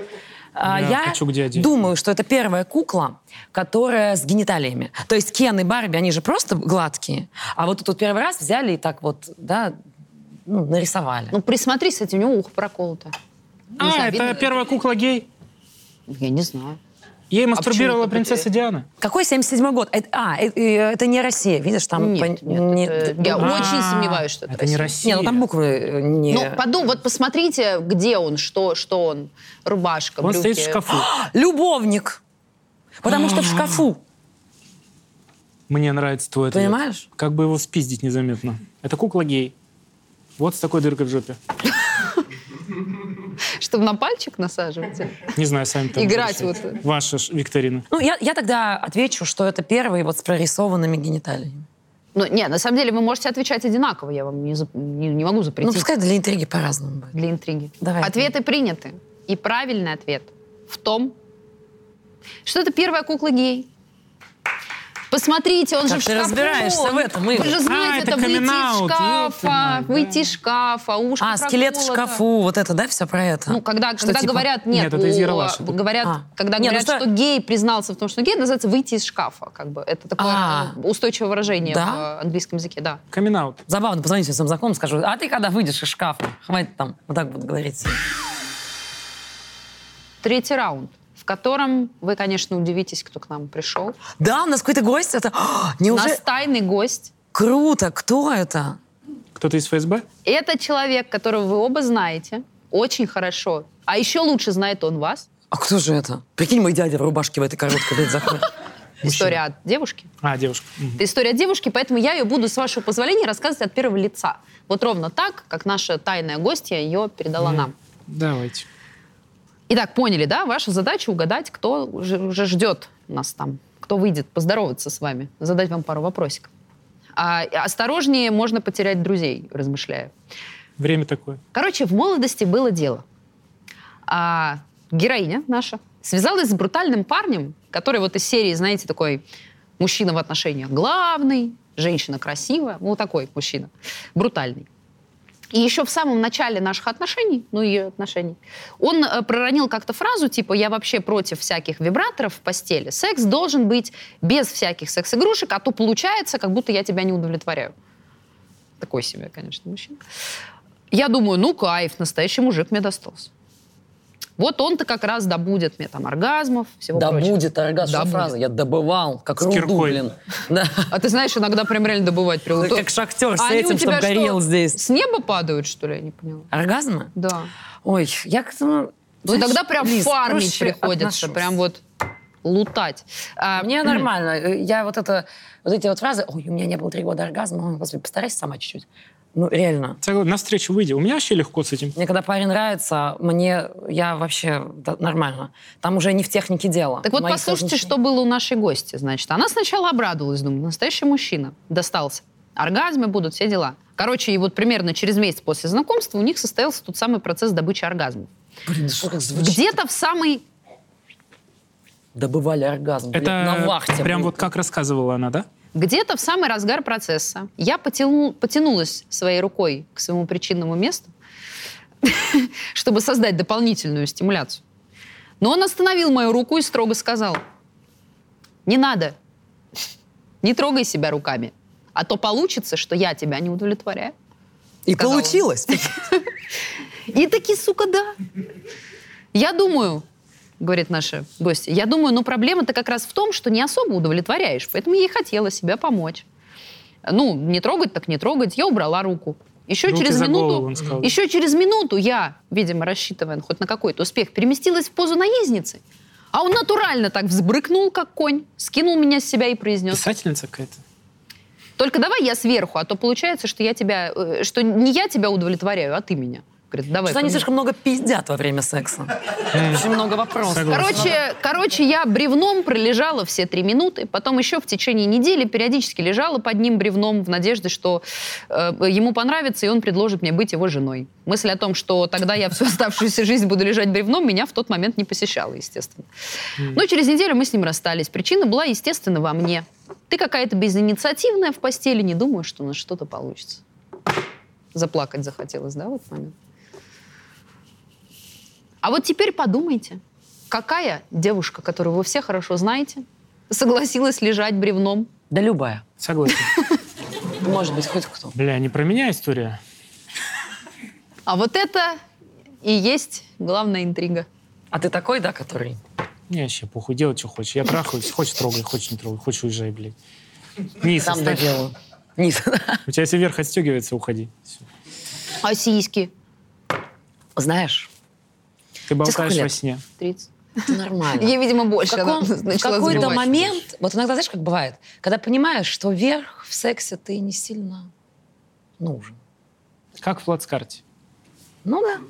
S3: А,
S2: Бля,
S3: я
S2: хочу к дяде.
S3: думаю, что это первая кукла, которая с гениталиями. То есть Кен и Барби, они же просто гладкие. А вот тут первый раз взяли и так вот, да, ну, нарисовали.
S1: Ну, присмотрись, кстати, у него ухо проколото. Не
S2: А,
S1: знаю,
S2: это
S1: видно?
S2: первая кукла гей?
S1: Я не знаю.
S2: Ей
S3: почему
S2: мастурбировала
S1: это
S2: принцесса Диана.
S3: Какой 77 год? Это- а, э- э, это не Россия, видишь, там...
S1: Нет,
S3: пон-
S1: нет,
S3: не-
S1: это- я
S3: Ну,
S1: очень
S2: А,
S1: сомневаюсь, что это
S2: Это не
S3: Не,
S2: Россия.
S3: ну там буквы э, не...
S1: Ну, подумай, вот посмотрите, где он, что, что он. Рубашка,
S2: Он
S1: брюки.
S2: стоит в шкафу.
S3: Любовник. Потому что в шкафу.
S2: Мне нравится твой ответ.
S3: Понимаешь?
S2: Как бы его спиздить незаметно. Это кукла гей. Вот с такой дыркой в жопе.
S1: Чтобы на пальчик насаживать.
S2: Не знаю, сами там
S1: Играть
S2: решайте.
S1: вот.
S2: Ваша ж викторина.
S3: Ну, я, я тогда отвечу, что это первый вот с прорисованными гениталиями.
S1: Ну, не, на самом деле вы можете отвечать одинаково, я вам не, зап- не, не могу запретить
S3: Ну, пускай для интриги по-разному будет.
S1: для интриги.
S3: Давай.
S1: Ответы приняты. И правильный ответ в том, что это первая кукла гей. Посмотрите, он
S3: Как
S1: же в
S3: ты
S1: шкафу.
S3: разбираешься в этом,
S1: Вы
S3: Игорь?
S1: же
S2: А,
S1: знаете,
S2: это
S1: это, выйти из
S2: камин-аут,
S1: шкафа,
S2: ёпта мать, да.
S1: выйти из шкафа, ушко
S3: А, скелет в
S1: проколото.
S3: шкафу, вот это, да, все про это?
S1: Ну, когда,
S3: Что,
S1: когда
S3: типа-
S1: говорят, нет,
S2: Нет, это из
S1: о,
S2: Ералаша.
S1: говорят,
S3: А.
S1: когда
S3: Не, ну
S1: говорят,
S3: что-
S1: что гей признался в том, что он гей, это называется выйти из шкафа, как бы. Это такое
S3: А.
S1: э, устойчивое выражение
S3: Да?
S1: в э, английском языке, да.
S2: Камин-аут.
S3: Забавно, позвоню своим знакомым, скажу, а ты когда выйдешь из шкафа? Хватит там, вот так буду говорить.
S1: Третий раунд, в котором вы, конечно, удивитесь, кто к нам пришел.
S3: Да, у нас какой-то гость, это... А,
S1: У
S3: неужели...
S1: нас тайный гость.
S3: Круто, кто это?
S2: Кто-то из ФСБ?
S1: Это человек, которого вы оба знаете очень хорошо. А еще лучше знает он вас.
S3: А кто же это? Прикинь, мой дядя в рубашке в этой короткой блядь, заходит.
S1: История от девушки.
S2: А, девушка. Мгм.
S1: Это история девушки, поэтому я ее буду, с вашего позволения, рассказывать от первого лица. Вот ровно так, как наша тайная гостья ее передала нам.
S2: Давайте.
S1: Итак, поняли, да? Ваша задача угадать, кто уже, уже ждет нас там, кто выйдет поздороваться с вами, задать вам пару вопросиков. А, и осторожнее можно потерять друзей, размышляя.
S2: Время такое.
S1: Короче, в молодости было дело. А, героиня наша связалась с брутальным парнем, который вот из серии, знаете, такой мужчина в отношениях главный, женщина красивая, ну такой мужчина, брутальный. И еще в самом начале наших отношений, ну ее отношений, он э, проронил как-то фразу типа «я вообще против всяких вибраторов в постели, секс должен быть без всяких секс-игрушек, а то получается, как будто я тебя не удовлетворяю». Такой себе, конечно, мужчина. Я думаю, ну кайф, настоящий мужик мне достался. Вот он-то как раз добудет мне там оргазмов, всего
S3: Да
S1: прочего.
S3: будет, оргазм,
S1: Да
S3: что фраза. Я добывал, как руду,
S2: киркой.
S3: блин. Да.
S1: А ты знаешь, иногда прям реально добывать прям.
S3: Ну, Как шахтер с
S1: Они у
S3: этим,
S1: тебя
S3: чтобы
S1: что,
S3: горел здесь.
S1: С неба падают, что ли, я не поняла.
S3: Оргазмы?
S1: Да.
S3: Ой, я как-то... Ну
S1: Ну,
S3: знаешь,
S1: тогда прям
S3: Лиз,
S1: фармить
S3: проще
S1: приходится,
S3: отношусь.
S1: прям вот лутать. А, *clears throat*
S3: Мне нормально. Э, Я вот это, вот эти вот фразы, ой, у меня не было три года оргазма, Ой, господи, постарайся сама чуть-чуть. Ну, реально.
S2: Согласен, навстречу выйди. У меня вообще легко с этим.
S3: Мне когда парень нравится, мне, я вообще да, нормально. Там уже не в технике дело.
S1: Так вот,
S3: Моих
S1: послушайте,
S3: сложностей.
S1: что было у нашей гости. Значит, она сначала обрадовалась, думаю, настоящий мужчина достался. Оргазмы будут, все дела. Короче, и вот примерно через месяц после знакомства у них состоялся тот самый процесс добычи оргазмов.
S3: Блин, что как звучит?
S1: Где-то в самый...
S3: Добывали оргазм, блин,
S2: Это
S3: на вахте. блин.
S2: прям вот как рассказывала она, да?
S1: Где-то в самый разгар процесса я потяну- потянулась своей рукой к своему причинному месту, *laughs* чтобы создать дополнительную стимуляцию. Но он остановил мою руку и строго сказал, не надо, не трогай себя руками, а то получится, что я тебя не удовлетворяю.
S3: И
S1: сказала.
S3: получилось.
S1: И таки, сука, да. Я думаю, говорит наши гости, я думаю, но проблема-то как раз в том, что не особо удовлетворяешь. Поэтому я и хотела себя помочь. Ну, не трогать так не трогать. Я убрала руку. Еще
S2: Руки
S1: через
S2: за
S1: минуту...
S2: голову, он сказал.
S1: Еще через минуту я, видимо, рассчитывая хоть на какой-то успех, переместилась в позу наездницы. А он натурально так взбрыкнул, как конь, скинул меня с себя и произнес.
S2: Писательница какая-то.
S1: Только давай я сверху, а то получается, что я тебя, э, что не я тебя удовлетворяю, а ты меня. Говорит, давай.
S3: Что они
S1: поменяем».
S3: слишком много пиздят во время секса. Очень много вопросов.
S2: Согласен.
S1: Короче, короче, я бревном пролежала все три минуты, потом еще в течение недели периодически лежала под ним бревном в надежде, что э, ему понравится, и он предложит мне быть его женой. Мысль о том, что тогда я всю *laughs* оставшуюся жизнь буду лежать бревном, меня в тот момент не посещала, естественно. Но через неделю мы с ним расстались. Причина была, естественно, во мне. Ты какая-то безинициативная в постели, не думаю, что у нас что-то получится. Заплакать захотелось, да, в этот момент? А вот теперь подумайте, какая девушка, которую вы все хорошо знаете, согласилась лежать бревном?
S3: Да любая.
S2: Согласен.
S3: *laughs* Может быть, хоть кто.
S2: Бля, не про меня история.
S1: А вот это и есть главная интрига.
S3: А ты такой, да, который?
S2: Мне вообще похуй, делать, что хочешь. Я трахаюсь, хочешь трогай, хочешь не трогай, хочешь уезжай, блядь. Низ
S3: Сам
S2: оставь.
S3: доделаю. Низ. *laughs*
S2: У тебя если вверх отстегивается, уходи. Всё.
S1: А сиськи?
S3: Знаешь,
S2: Ты
S3: сколько
S2: болтаешь
S3: лет?
S2: во сне.
S1: 30.
S3: это нормально.
S1: Ей, видимо,
S3: В
S1: больше.
S3: каком-
S1: она
S3: *laughs* в
S1: начала
S3: какой-то
S1: загревать.
S3: момент, вот иногда, знаешь, как бывает, когда понимаешь, что вверх в сексе ты не сильно нужен.
S2: Как в плацкарте.
S3: Ну да.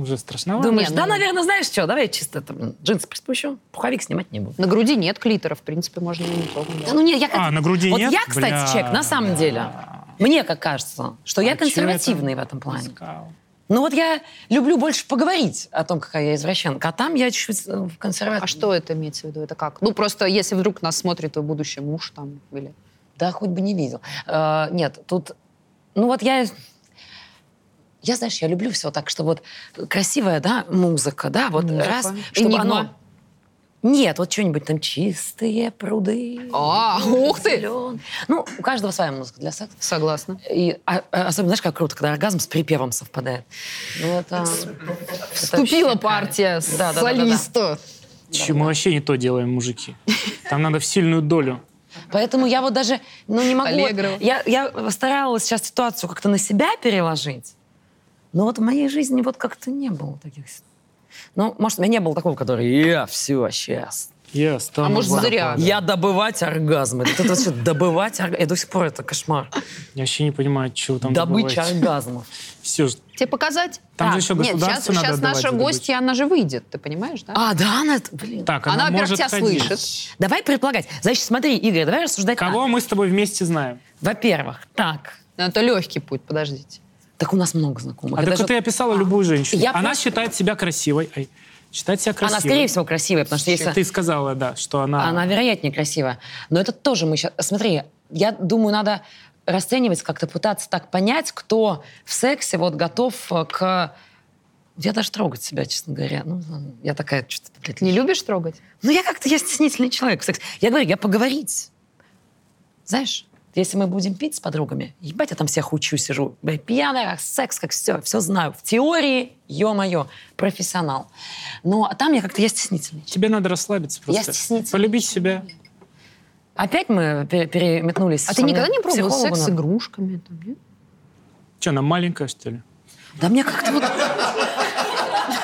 S2: Уже страшновато.
S3: Думаешь,
S1: не,
S3: да,
S1: ну-
S3: наверное, знаешь что, давай я чисто там джинсы приспущу, пуховик снимать не буду.
S1: На груди нет клитора, в принципе, можно и не трогать.
S3: Да ну нет, я как...
S2: А, на груди
S3: вот
S2: нет?
S3: я, кстати,
S2: Бля.
S3: человек, на самом деле, мне как кажется, что я
S2: А чё
S3: консервативный в
S2: я там
S3: этом плане.
S2: искал?
S3: Ну вот я люблю больше поговорить о том, какая я извращенка, а там я чуть-чуть э, в консервативном.
S1: А что это имеется в виду? Это как? Ну, просто если вдруг нас смотрит твой будущий муж там или...
S3: Да, хоть бы не видел. Э, нет, тут... Ну вот я... Я, знаешь, я люблю все так, что вот красивая, да, музыка, да, вот
S1: Музыка.
S3: раз, чтобы
S1: Энигма.
S3: оно... Нет, вот что-нибудь там чистые пруды.
S1: А, ух ты!
S3: зелён». Ну, у каждого своя музыка для секса.
S1: Согласна.
S3: И, а- а особенно, знаешь, как круто, когда оргазм с припевом совпадает. Ну, это...
S1: Вступила партия
S3: Да, да, да, да, да.
S1: солиста.
S2: Чё, мы вообще не то делаем, мужики. Там надо в сильную долю.
S3: Поэтому я вот даже, ну, не могу...
S1: Аллегрова.
S3: Я, я старалась сейчас ситуацию как-то на себя переложить, но вот в моей жизни вот как-то не было таких... с- Ну, может, у меня не было такого, который я все сейчас.
S2: Я стану...
S1: А может,
S2: врагом.
S1: зря.
S2: Я...
S3: Я добывать оргазмы. Вот это вот что, добывать оргазмы. До сих пор это кошмар.
S2: я вообще не понимаю, чего там
S3: Добыча
S2: добываете.
S3: оргазмов.
S2: Все же.
S1: Тебе показать?
S3: Так,
S2: Там же еще
S1: Нет, щас-
S2: государство надо
S1: щас
S2: отдавать
S1: наша
S2: за добычу.
S1: гостья, она же выйдет, ты понимаешь, да?
S3: А, да, она... это- Блин.
S2: Так,
S1: Она,
S2: она,
S1: во-первых,
S2: может
S1: тебя
S2: ходить.
S1: слышит.
S3: Давай предполагать. Значит, смотри, Игорь, давай рассуждать так.
S2: Кого мы с тобой вместе знаем?
S3: Во-первых, так.
S1: Но Это легкий путь, подождите.
S3: Так у нас много знакомых.
S2: А
S3: Это
S2: так
S3: же-
S2: вот ты описала любую женщину.
S3: Я
S2: Она
S3: просто-
S2: считает себя красивой. Ай, считает себя красивой.
S3: Она, скорее всего, красивая, потому что если...
S2: Ты сказала, да, что она...
S3: Она вероятнее красивая. Но это тоже мы сейчас... Смотри, я думаю, надо расценивать, как-то пытаться так понять, кто в сексе вот готов э, к... Я даже трогать себя, честно говоря. Ну, ладно, я такая что-то... блядь,
S1: Не
S3: лю-
S1: любишь трогать?
S3: Ну, я как-то, я стеснительный человек в сексе. Я говорю, я поговорить. Знаешь, если мы будем пить с подругами, ебать, я там всех учу, сижу. Бля, Пьяная, как секс, как все, все знаю. В теории, ё-моё, профессионал. Но там я как-то, я стеснительный.
S2: Тебе надо расслабиться просто.
S3: стеснительна.
S2: Полюбить себя.
S3: Опять мы пере- переметнулись.
S1: А ты
S3: что
S1: никогда
S3: мне
S1: не
S3: к
S1: пробовал
S3: психологу
S1: секс с
S3: надо.
S1: игрушками? Там, нет?
S2: Че, она маленькая, что ли?
S3: Да мне как-то вот...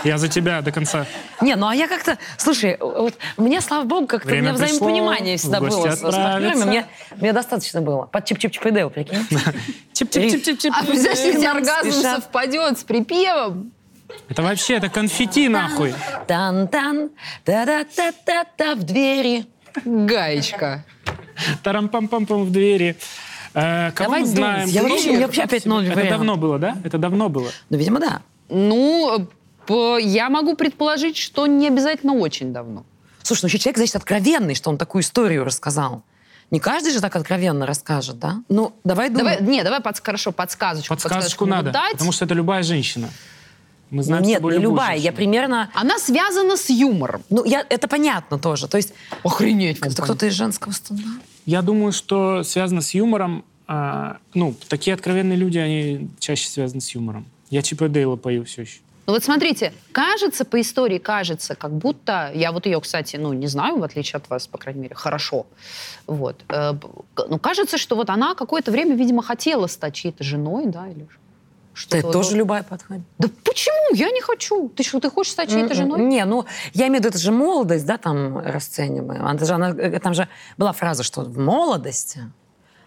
S2: Я за тебя до конца.
S3: Не, ну а я как-то... Слушай, вот мне, слава богу, как-то у
S2: Время
S3: меня
S2: пришло,
S3: взаимопонимание всегда
S2: в гости
S3: было с, с партнерами.
S2: отправиться.
S3: Мне, мне достаточно было. Под чип-чип-чип и Дейл, прикинь.
S2: Чип-чип-чип-чип-чип.
S1: А подождите,
S3: нам
S1: оргазм
S3: спешат.
S1: совпадет с припевом.
S2: Это вообще, это конфетти, нахуй.
S3: Тан-тан, та-да-та-та-та в двери.
S1: Гаечка.
S2: Тарам-пам-пам-пам в двери. Э, кого
S3: Давай
S2: мы знаем?
S3: думать. Я
S2: Кто
S3: вообще-
S2: знает
S3: я вообще
S2: про
S3: опять
S2: себя?
S3: ноль
S2: Это
S3: вариантов.
S2: давно было, да? Это давно было.
S3: Ну, видимо, да.
S1: Ну, по- я могу предположить, что не обязательно очень давно.
S3: Слушай, ну еще человек, значит, откровенный, что он такую историю рассказал. Не каждый же так откровенно расскажет, да? Ну, давай думать.
S1: Давай, не, давай подс- хорошо, подсказочку.
S2: Подсказочку надо,
S1: дать.
S2: потому что это любая женщина. Мы знаем с
S3: Нет,
S2: тобой
S3: не
S2: любую
S3: любая. Я
S2: женщину.
S3: примерно...
S1: Она связана с юмором.
S3: Ну, я, это понятно тоже. То есть
S1: Охренеть.
S3: Это кто-то из женского стендапа.
S2: Я думаю, что связано с юмором. а, ну, такие откровенные люди, они чаще связаны с юмором. Я Чипа Дейла пою все еще.
S1: Ну вот смотрите, кажется по истории, кажется, как будто, я вот ее, кстати, ну не знаю, в отличие от вас, по крайней мере, хорошо, вот, Э, б- к- ну кажется, что вот она какое-то время, видимо, хотела стать чьей-то женой, да, или ж- что-то.
S3: Ты
S1: вот
S3: тоже
S1: такое.
S3: любая подходит.
S1: Да почему? Я не хочу. Ты что, ты хочешь стать чьей-то А женой?
S3: Не, ну, я имею в виду, это же молодость, да, там расцениваем. Она же, она, э, там же была фраза, что в молодости.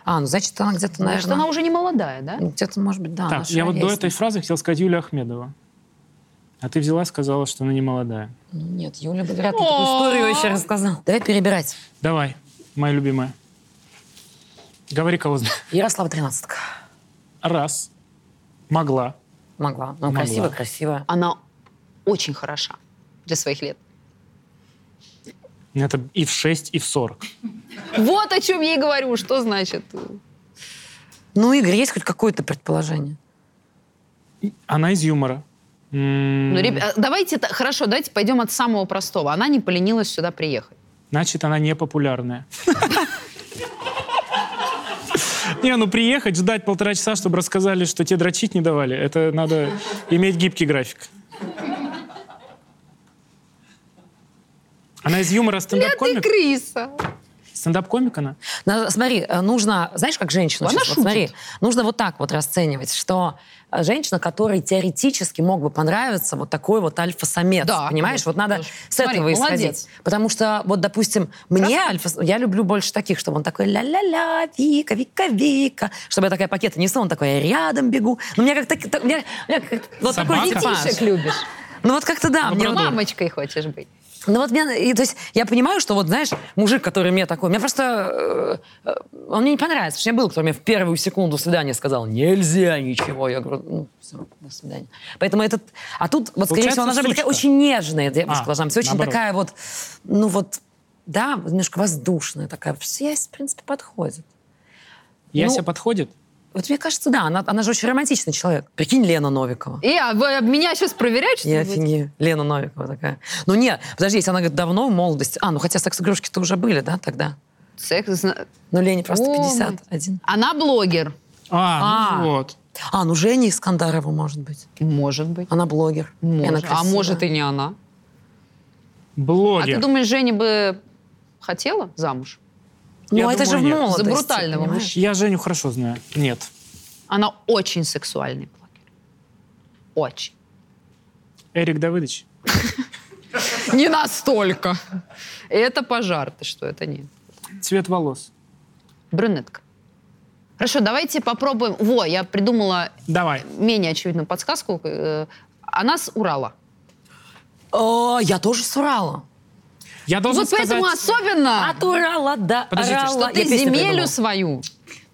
S3: А, ну, значит, она где-то,
S1: Значит, она
S3: наверное,
S1: уже не молодая, да?
S3: где-то, может быть, да.
S2: так,
S3: наша
S2: я вот до
S3: ровесница.
S2: этой фразы хотел сказать Юлия Ахмедова. А ты взяла и сказала, что она не молодая.
S3: Ну, Нет, Юля бы вряд ли такую историю еще рассказала. Давай перебирать.
S2: Давай, моя любимая. Говори, кого знаешь.
S3: Ярослава Тринадцатка.
S2: *laughs* Раз. Могла.
S3: Могла. Ну,
S2: Могла.
S3: красиво, красиво.
S1: Она очень хороша для своих лет.
S2: Это и в 6, и в 40.
S1: Вот о чем я и говорю, что значит. э,
S3: Ну, Игорь, есть хоть какое-то предположение?
S2: Она из юмора. М,
S1: Ну, ребя- давайте, та- хорошо, давайте пойдем от самого простого. Она не поленилась сюда приехать.
S2: Значит, она не популярная. Не, ну приехать, ждать полтора часа, чтобы рассказали, что тебе дрочить не давали. Это надо иметь гибкий график. Она из юмора
S1: Ты
S2: стендап-комик?
S1: крыса.
S2: Стендап-комик она?
S3: Надо- смотри, э, нужно, знаешь, как женщина
S1: Она
S3: сейчас,
S1: шутит.
S3: вот смотри, нужно вот так вот расценивать, что э, женщина, которой теоретически мог бы понравиться вот такой вот альфа-самец,
S1: Да,
S3: понимаешь?
S1: конечно,
S3: Вот надо
S1: тоже.
S3: с
S1: Смотри,
S3: этого исходить.
S1: молодец.
S3: Потому что, вот, допустим, мне альфа... Я люблю больше таких, чтобы он такой ля-ля-ля, Вика, Вика, Вика. Чтобы я такая пакеты несу, он такой, я рядом бегу. Ну, у меня как-то... так- у меня- у меня как-то вот такой
S2: Собака?
S3: типаж.
S1: Детишек любишь.
S3: Ну, вот как-то да. мне вот-
S1: Мамочкой хочешь быть.
S3: ну вот меня, и, то есть я понимаю, что вот, знаешь, мужик, который мне такой, мне просто, э, э, он мне не понравится, потому что у меня был, который мне в первую секунду свидания сказал, нельзя ничего, я говорю, ну все, до свидания. Поэтому этот, а тут, вот, скорее
S2: Получается,
S3: всего, она должна быть такая
S2: сучка.
S3: очень нежная девушка
S2: А,
S3: должна быть, очень
S2: наоборот.
S3: такая вот, ну вот, да, немножко воздушная такая, я, в принципе, подходит.
S2: Яся
S3: Ну,
S2: подходит?
S3: Вот мне кажется, да, она, она же очень романтичный человек. Прикинь, Лена Новикова.
S1: И а, вы меня сейчас проверяют, что
S3: Я
S1: будет?
S3: офигею. Лена Новикова такая. Ну нет, подожди, если она говорит, давно, в молодости. А, ну хотя секс-игрушки-то уже были, да, тогда?
S1: Секс. зна-
S3: Ну, Лене просто
S1: О,
S3: 51.
S1: Она блогер.
S3: А.
S2: А, ну вот.
S3: А, ну Женя Искандарова, может быть.
S1: Может быть.
S3: Она блогер. И
S1: Может.
S3: Она
S1: А
S3: красивая.
S1: может и не она. А ты
S2: Блогер.
S1: думаешь, Женя бы хотела замуж?
S3: Ну,
S2: Я
S3: это
S2: думаю,
S3: же в
S2: нет. За
S3: молодости.
S1: брутального
S3: понимаешь?
S1: мужчину.
S2: Я Женю хорошо знаю. Нет.
S1: Она очень сексуальный блогер. Очень.
S2: Эрик Давыдович?
S1: Не настолько. Это пожар, ты что, это нет.
S2: Цвет волос.
S1: Брюнетка. Хорошо, давайте попробуем. Во, я придумала
S2: Давай.
S1: менее очевидную подсказку. Э, Она с Урала.
S3: О, А, я тоже с Урала.
S2: Я должен
S1: вот поэтому
S2: сказать...
S1: особенно
S3: От Урала до
S2: Подождите,
S3: Орала.
S1: А. что ты
S3: Я песню
S1: земелю
S3: придумала.
S1: свою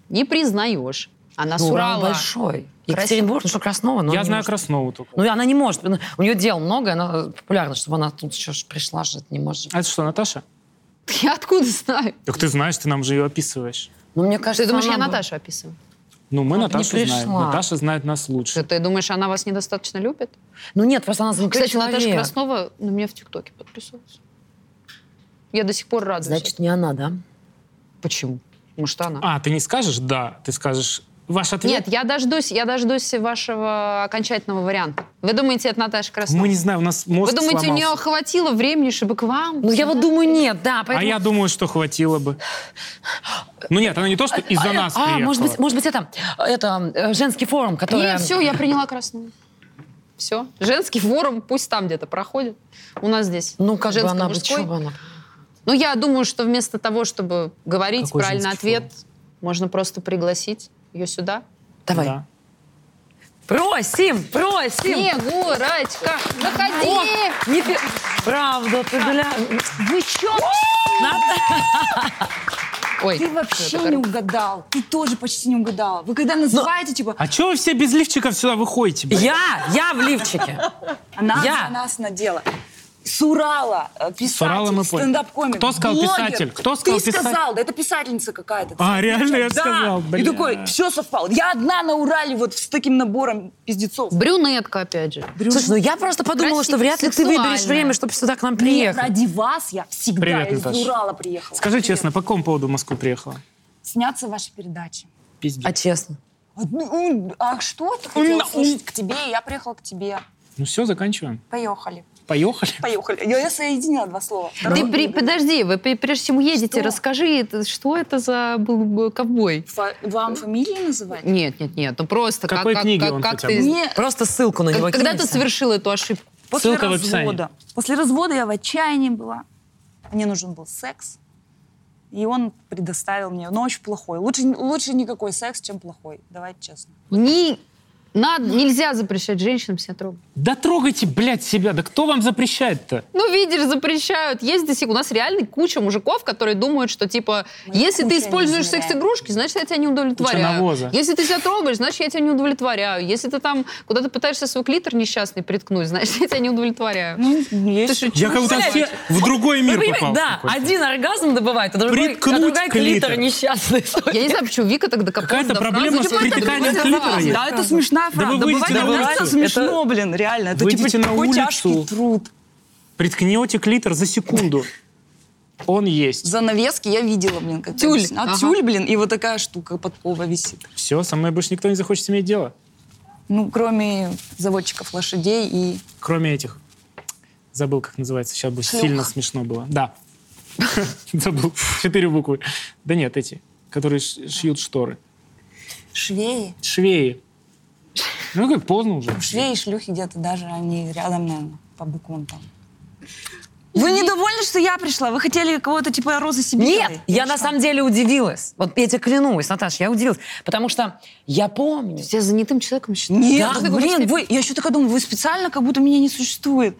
S1: не признаешь. Она
S3: Ну,
S1: с
S3: Урал
S1: Урала.
S3: большой. Екатеринбург, ну что, Краснова? но
S2: Я
S3: не
S2: знаю
S3: может.
S2: Краснову только.
S3: Ну, и она не может. Ну, У нее дел много, она популярна, чтобы она тут еще ж пришла, же это не может.
S2: А это что, Наташа?
S1: *laughs* Я откуда знаю?
S2: Так ты знаешь, ты нам же ее описываешь.
S3: Ну, мне кажется,
S1: Ты думаешь,
S3: она
S1: я
S3: бы-
S1: Наташу описываю?
S2: Ну, мы
S3: Она бы не
S2: Наташу знаем.
S3: пришла.
S2: Наташа знает нас
S1: Что,
S2: лучше.
S1: ты думаешь, она вас недостаточно любит?
S3: Ну нет, просто она звонит.
S1: Кстати, Наташа Краснова на меня в ТикТоке подписалась. Я до сих пор радуюсь.
S3: Значит, не она, да?
S1: почему? Может, она?
S2: А, ты не скажешь «да», ты скажешь «ваш ответ».
S1: Нет, я дождусь, я дождусь вашего окончательного варианта. Вы думаете, это Наташа Краснова?
S2: Мы не знаем, у нас
S1: Вы
S2: мозг
S1: думаете, у нее
S2: сломался.
S1: хватило времени, чтобы к вам?
S3: Ну, я вот думаю, нет, да.
S2: А
S3: Поэтому...
S2: я думаю, что хватило бы. Ну нет, она не то, что из-за нас
S3: А,
S2: приехала.
S3: может быть, может быть, это, это э, женский форум, который...
S1: Нет, все, я приняла Красную. Все. Женский форум пусть там где-то проходит. У нас здесь
S3: Ну, как бы она бы,
S1: женско-мужской.
S3: чё бы она...
S1: Ну, я думаю, что вместо того, чтобы говорить
S2: Какой
S1: правильный
S2: женский
S1: ответ, можно просто пригласить ее сюда.
S3: Давай.
S2: Да.
S3: Просим, просим.
S1: Снегурочка, заходи!
S3: О, не пи- Правда, ты гля...
S1: Вы чё?
S3: Ната-
S1: Ой,
S4: Ты
S1: всё,
S4: вообще
S1: это
S4: не угадал. Ты тоже почти не угадал. Вы когда называете, типа,
S2: А чего вы все без лифчиков сюда выходите? блин?
S3: Я, я в лифчике.
S4: она
S3: я.
S4: на нас надела. С Урала, э, писатель,
S2: А С Урала мы поняли.
S4: стендап-комик.
S2: Кто сказал
S4: блогер.
S2: писатель? Кто сказал
S4: Ты
S2: писатель?
S4: сказал, да это писательница какая-то.
S2: А, реально я
S4: да.
S2: сказал?
S4: И
S2: бля.
S4: такой, все совпало. Я одна на Урале вот с таким набором пиздецов.
S1: Брюнетка, опять же.
S3: Слушай, ну я просто подумала, что вряд ли ты выберешь
S1: Сексуальная.
S3: время, чтобы сюда к нам
S4: Нет,
S3: приехать.
S4: ради вас я всегда
S2: Привет,
S4: из
S2: Наташа.
S4: Урала приехала.
S2: Скажи
S4: Привет.
S2: честно, по какому поводу в Москву приехала?
S4: Снятся ваши передачи.
S2: Пиздец.
S3: А честно.
S4: Ну, А что ты хотела слушать к тебе? Я приехала к тебе.
S2: Ну все, заканчиваем.
S4: Поехали.
S2: Поехали.
S3: А
S4: Поехали. Я, я соединила два слова.
S1: Ты при- подожди, вы при- прежде чем едете,
S4: Что?
S1: расскажи, это- что это за был бы ковбой?
S4: Фа- Вам фамилии называть?
S1: Нет, нет, нет, ну просто как,
S2: Какой
S1: как,
S2: книги
S1: как-
S2: он
S1: как
S2: хотя
S1: ты...
S2: бы?
S4: Мне
S3: Просто ссылку на
S1: как-
S3: него
S1: когда
S3: кинь,
S1: ты
S3: Сань.
S1: совершил эту ошибку?
S4: после
S2: Ссылка в описании.
S4: развода. после развода я в отчаянии была. Мне нужен был секс. И он предоставил мне. Но очень плохой. Лучше, лучше никакой секс, чем плохой. Давайте честно.
S1: Не, надо, нельзя запрещать женщинам себя трогать.
S2: Да трогайте, блядь, себя. Да кто вам запрещает-то?
S1: Ну, видишь, запрещают. Есть до сих... У нас реально куча мужиков, которые думают, что, типа,
S4: Мы
S1: если ты
S4: куча
S1: используешь
S4: не знаем.
S1: секс-игрушки, значит, я тебя не удовлетворяю.
S2: навоза.
S1: Если ты себя трогаешь, значит, я тебя не удовлетворяю. Если ты там куда-то пытаешься свой клитор несчастный приткнуть, значит, я тебя не удовлетворяю.
S4: Ну, есть.
S1: Ты шутишь?
S2: Я как будто все в другой мир
S3: Понимаете,
S2: попал.
S3: Да,
S2: какой-то.
S3: один оргазм добывает, а другой, а
S2: Приткнуть
S3: другая клитор,
S2: клитор.
S3: несчастный.
S1: Я не знаю, почему Вика так докопалась.
S2: Какая-то
S1: до
S2: проблема
S1: фразы.
S2: с притыканием
S1: Это
S2: клитора есть.
S4: Да, это смешная
S2: Да
S4: фраза.
S2: вы выйдете
S4: Добывание
S2: на
S4: оргазма
S2: улицу.
S4: смешно, блин, реально. Это
S2: Выйдите
S4: типа
S2: на
S4: такой
S2: улицу.
S4: тяжкий труд.
S2: Приткнете клитор за секунду. Он есть.
S4: Занавески я видела, блин. Как
S1: Тюль.
S4: А
S1: Ага.
S4: тюль, блин, и вот такая штука подкова висит.
S2: Все, со мной больше никто не захочет иметь дело.
S4: Ну, кроме заводчиков лошадей и
S2: Кроме этих. Забыл, как называется. Сейчас бы
S4: Шлюх.
S2: сильно смешно было. Да. *laughs* Забыл. Четыре буквы. Да нет, эти, которые ш- шьют шторы.
S4: Швеи.
S2: Швеи. Ну как поздно уже.
S4: Швеи и шлюхи где-то даже, они рядом, наверное, по буквам там. Вы недовольны, что я пришла? Вы хотели кого-то типа Розы Сибириной?
S3: Нет, я на самом деле удивилась. Вот я тебе клянусь, Наташа, я удивилась. Потому что я помню.
S1: Я занятым человеком считаю.
S4: Нет,
S3: Да,
S4: да, блин, вы, я еще такая думаю, вы специально, как будто меня не существует.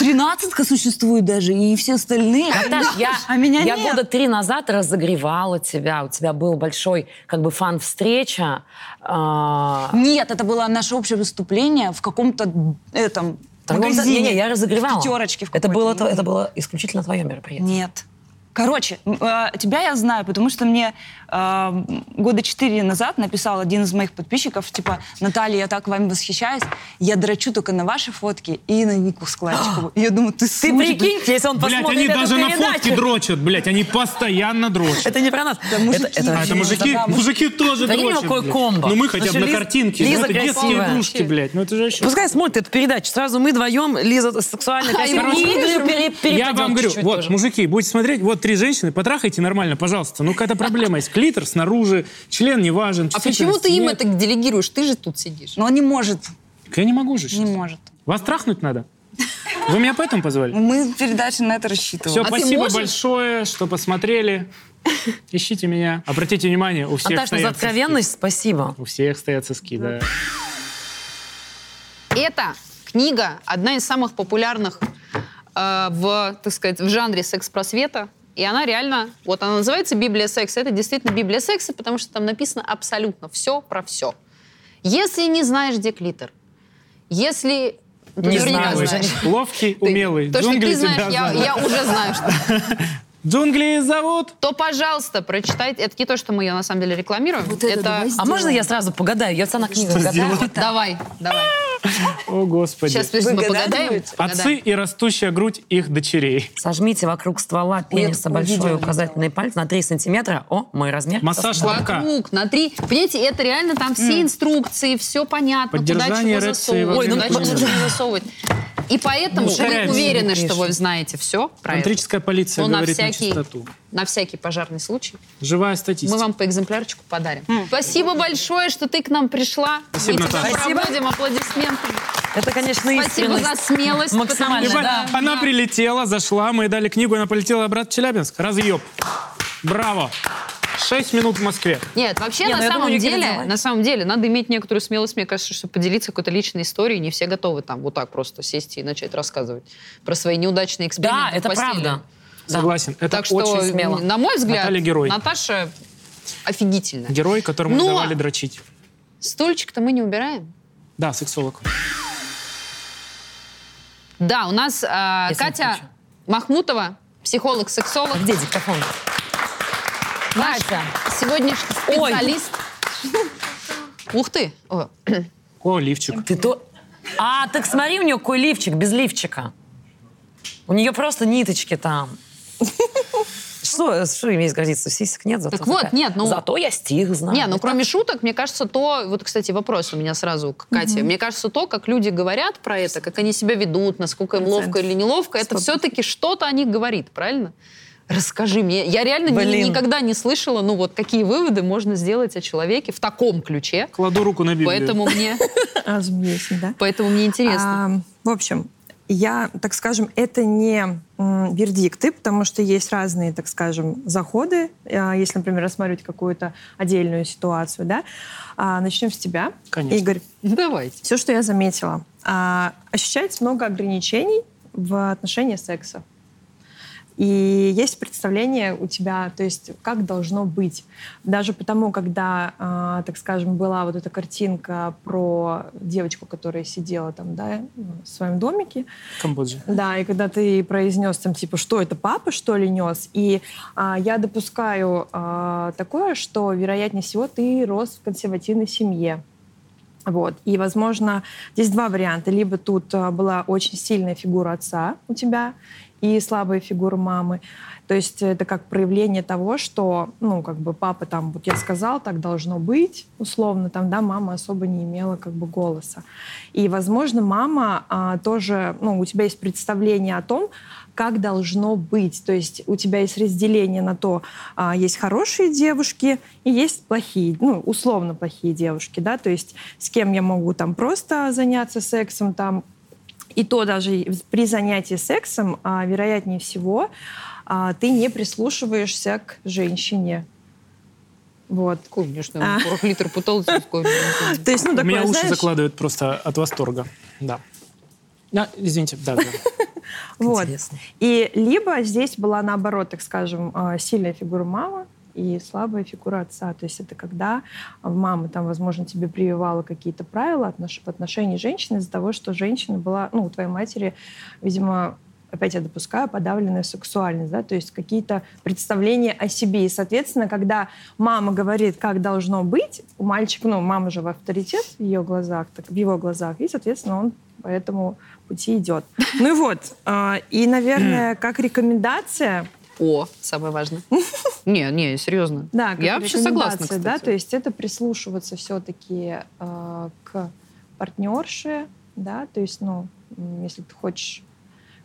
S4: Тринадцатка существует даже, и все остальные.
S3: Наташ, я,
S4: а меня
S3: я
S4: нет.
S3: года три назад разогревала тебя. У тебя был большой как бы фан-встреча. А,
S4: Нет, это было наше общее выступление в каком-то этом
S3: торговом-
S4: магазине.
S3: Не-не, я разогревала.
S4: В пятерочке в
S3: это было,
S4: какой-то.
S3: тво- это было исключительно твое мероприятие.
S4: Нет. Короче, м, э, тебя я знаю, потому что мне э, м, года четыре назад написал один из моих подписчиков, типа, Наталья, я так вами восхищаюсь, я драчу только на ваши фотки и на Нику *gasps* Складчикову. И я думаю, ты
S3: Ты
S4: слушай,
S3: прикинь, если он
S2: Блять,
S3: посмотрит эту
S2: они даже на
S3: передачу.
S2: фотке дрочат, блядь, они постоянно дрочат.
S3: Это не про нас.
S4: Да мужики.
S3: это
S2: А это
S4: Блин,
S2: мужики,
S4: да, да,
S2: мужики тоже
S3: Прикинь,
S2: дрочат.
S3: какое
S2: блядь.
S3: комбо.
S2: Ну мы хотя
S3: Потому
S2: бы на
S3: что Лиз-
S2: картинке.
S3: Лиза
S2: ну, это детские
S3: красивая.
S2: игрушки, блядь. Ну это же вообще...
S3: Пускай смотрит эту передачу. Сразу мы вдвоем, Лиза сексуально красивая.
S1: ему
S3: И
S1: не
S3: Игорю пере-
S2: Я
S3: перепадет
S2: вам говорю,
S3: чуть-чуть
S2: вот,
S3: тоже. А
S2: мужики, будете смотреть, вот три женщины, потрахайте нормально, пожалуйста. Ну какая-то проблема есть. Клитор снаружи, член не важен.
S1: А почему ты им
S2: чувствительность
S1: это делегируешь? Ты же тут сидишь.
S4: Но он не может,
S2: нет. Я не могу же
S4: не
S2: сейчас.
S4: может.
S2: Вас трахнуть надо? Вы меня поэтому
S1: *laughs*
S2: позвали?
S4: Мы передачи на это рассчитывали.
S2: Все,
S1: А ты
S2: спасибо
S1: можешь?
S2: большое, что посмотрели. Ищите меня. Обратите внимание,
S1: А
S2: у всех
S3: Наташа, за
S2: стоят соски.
S3: откровенность спасибо.
S2: У всех стоят соски, да.
S1: Эта книга одна из самых популярных э, в, так сказать, в жанре секс-просвета. И она реально, вот она называется «Библия секса». Это действительно Библия секса, потому что там написано абсолютно все про все. Если не знаешь, где клитор, если... ты
S3: Не
S1: наверняка
S3: знаю,
S1: знаешь.
S3: Женя.
S2: Ловкий,
S1: Ты-
S2: умелый.
S1: То, что
S2: Джунгли
S1: ты
S2: тебя
S1: знаешь, я,
S2: зовут.
S1: я уже знаю, что...
S2: Джунгли зовут.
S1: То, пожалуйста, прочитайте. Это не то, что мы ее на самом деле рекламируем.
S4: Вот это давай
S3: А можно я сразу погадаю? Я сама книгу гадаю.
S1: Давай, давай.
S2: О, Господи.
S1: Сейчас, подожди, мы
S4: Выгадать
S1: погадаем.
S4: будет?
S2: Отцы и растущая грудь их дочерей.
S3: Сожмите вокруг ствола пениса
S4: такое видео
S3: большой
S4: видела.
S3: указательный палец на 3 сантиметра. О, мой размер.
S2: Массаж лобка.
S1: Вокруг, на три. Понимаете, это реально там все инструкции, все понятно, куда
S2: Поддержание
S1: чего
S2: эрекции
S1: засовывать, куда
S2: во
S3: время
S1: чего
S2: упражнения.
S1: не засовывать. И поэтому
S2: Ну,
S1: вы
S2: ускоряемся,
S1: уверены,
S3: конечно.
S1: что вы знаете все про это.
S2: Тантрическая полиция
S1: Ну, на
S2: говорит на
S1: всякий,
S2: чистоту.
S1: на всякий пожарный случай
S2: Живая
S1: мы
S2: статистика.
S1: вам по экземплярчику подарим. Спасибо большое, что ты к нам пришла.
S2: Спасибо,
S1: Мы тебя
S2: Наташа.
S3: Спасибо.
S1: проводим аплодисментами.
S3: Это, конечно,
S1: Спасибо
S3: искренность.
S1: за смелость.
S3: Максимально,
S1: потому
S3: да.
S1: что-
S2: Она прилетела, зашла, мы ей дали книгу, она полетела обратно в Челябинск. Разъеб. Браво. Шесть минут в Москве.
S1: Нет, вообще,
S3: Не,
S1: на
S3: ну, я
S1: самом
S3: думаю, Екатерина
S1: деле,
S3: Николаевна.
S1: на самом деле, надо иметь некоторую смелость, мне кажется, чтобы поделиться какой-то личной историей. Не все готовы там вот так просто сесть и начать рассказывать про свои неудачные
S3: Да,
S1: эксперименты.
S3: это
S1: в постели.
S3: правда. Да.
S2: Согласен. Это
S1: так что,
S2: очень
S3: смело.
S1: на мой взгляд,
S2: Наталья герой.
S1: Наташа офигительная.
S2: герой, которому
S1: Но-
S2: давали дрочить.
S1: Стульчик-то мы не убираем.
S2: Да, сексолог.
S1: Да, у нас а,
S3: Если
S1: Катя
S3: включу.
S1: Махмутова, психолог-сексолог.
S3: А где диктофон?
S1: Наш
S3: Катя.
S1: сегодняшний специалист. Ух ты! О,
S2: О, лифчик.
S3: Ты то... А, так смотри, у нее какой лифчик, без лифчика. У нее просто
S1: *laughs*
S3: ниточки там. Что, что имеет границу? Сисек нет, зато
S1: Так вот,
S3: такая-
S1: нет, ну-
S3: Зато я стих знаю.
S1: Не, ну кроме шуток, мне кажется, то... Вот, кстати, вопрос у меня сразу к Кате. Мне кажется, то, как люди говорят про это, как они себя ведут, насколько им ловко или неловко, это все-таки что-то о них говорит, правильно? Расскажи мне. Я реально ни-
S3: Блин.
S1: никогда не слышала, ну вот, какие выводы можно сделать о человеке в таком ключе.
S2: Кладу руку на Библию.
S1: Поэтому мне,
S5: Разумеется, да.
S1: поэтому мне интересно.
S5: А, в общем, я, так скажем, это не м, вердикты, потому что есть разные, так скажем, заходы. А, Если, например, рассматривать какую-то отдельную ситуацию, да. А, Начнем с тебя,
S2: Конечно.
S5: Игорь.
S1: Ну, Давайте.
S5: Все, что я заметила. А, Ощущается много ограничений в отношении секса. И есть представление у тебя, то есть как должно быть. Даже потому, когда, а, так скажем, была вот эта картинка про девочку, которая сидела там, да, в своем домике,
S2: Камбоджа.
S5: *laughs* да, и когда ты произнес там, типа, что это папа, что ли, нес? И а, я допускаю а, такое, что, вероятнее всего, ты рос в консервативной семье. Вот. И, возможно, здесь два варианта. Либо тут а, была очень сильная фигура отца у тебя, и слабая фигура мамы. То есть это как проявление того, что, ну, как бы папа там, вот я сказал, так должно быть, условно, там, да, мама особо не имела как бы голоса. И, возможно, мама а, тоже, ну, у тебя есть представление о том, как должно быть. То есть у тебя есть разделение на то, а, есть хорошие девушки и есть плохие, ну, условно плохие девушки, да, то есть с кем я могу там просто заняться сексом, там, и то даже при занятии сексом, а, вероятнее всего, а, ты не прислушиваешься к женщине. Вот. А.
S1: Конечно, 40 литр
S5: *laughs*
S1: бутылочку.
S5: То есть, ну, такое,
S2: Меня уши
S5: знаешь,
S2: закладывают просто от восторга. Да. Да, извините,
S1: *laughs*
S2: да, да.
S5: вот.
S3: Интересно.
S5: И либо здесь была наоборот, так скажем, а, сильная фигура мамы и слабая фигура отца. То есть это когда мама, там, возможно, тебе прививала какие-то правила отнош- в отношении женщины из-за того, что женщина была, ну, у твоей матери, видимо, опять я допускаю, подавленная сексуальность, да, то есть какие-то представления о себе. И, соответственно, когда мама говорит, как должно быть, у мальчика, ну, мама же в авторитет в ее глазах, так, в его глазах, и, соответственно, он по этому пути идет. Ну и вот, а, и, наверное, как рекомендация,
S1: О, самое
S5: *laughs*
S1: важное. Не, не, серьезно.
S5: да, как
S1: Я вообще согласна,
S5: рекомендация,
S1: кстати.
S5: да, то есть это прислушиваться все-таки к партнерше, да, то есть, ну, м, если ты хочешь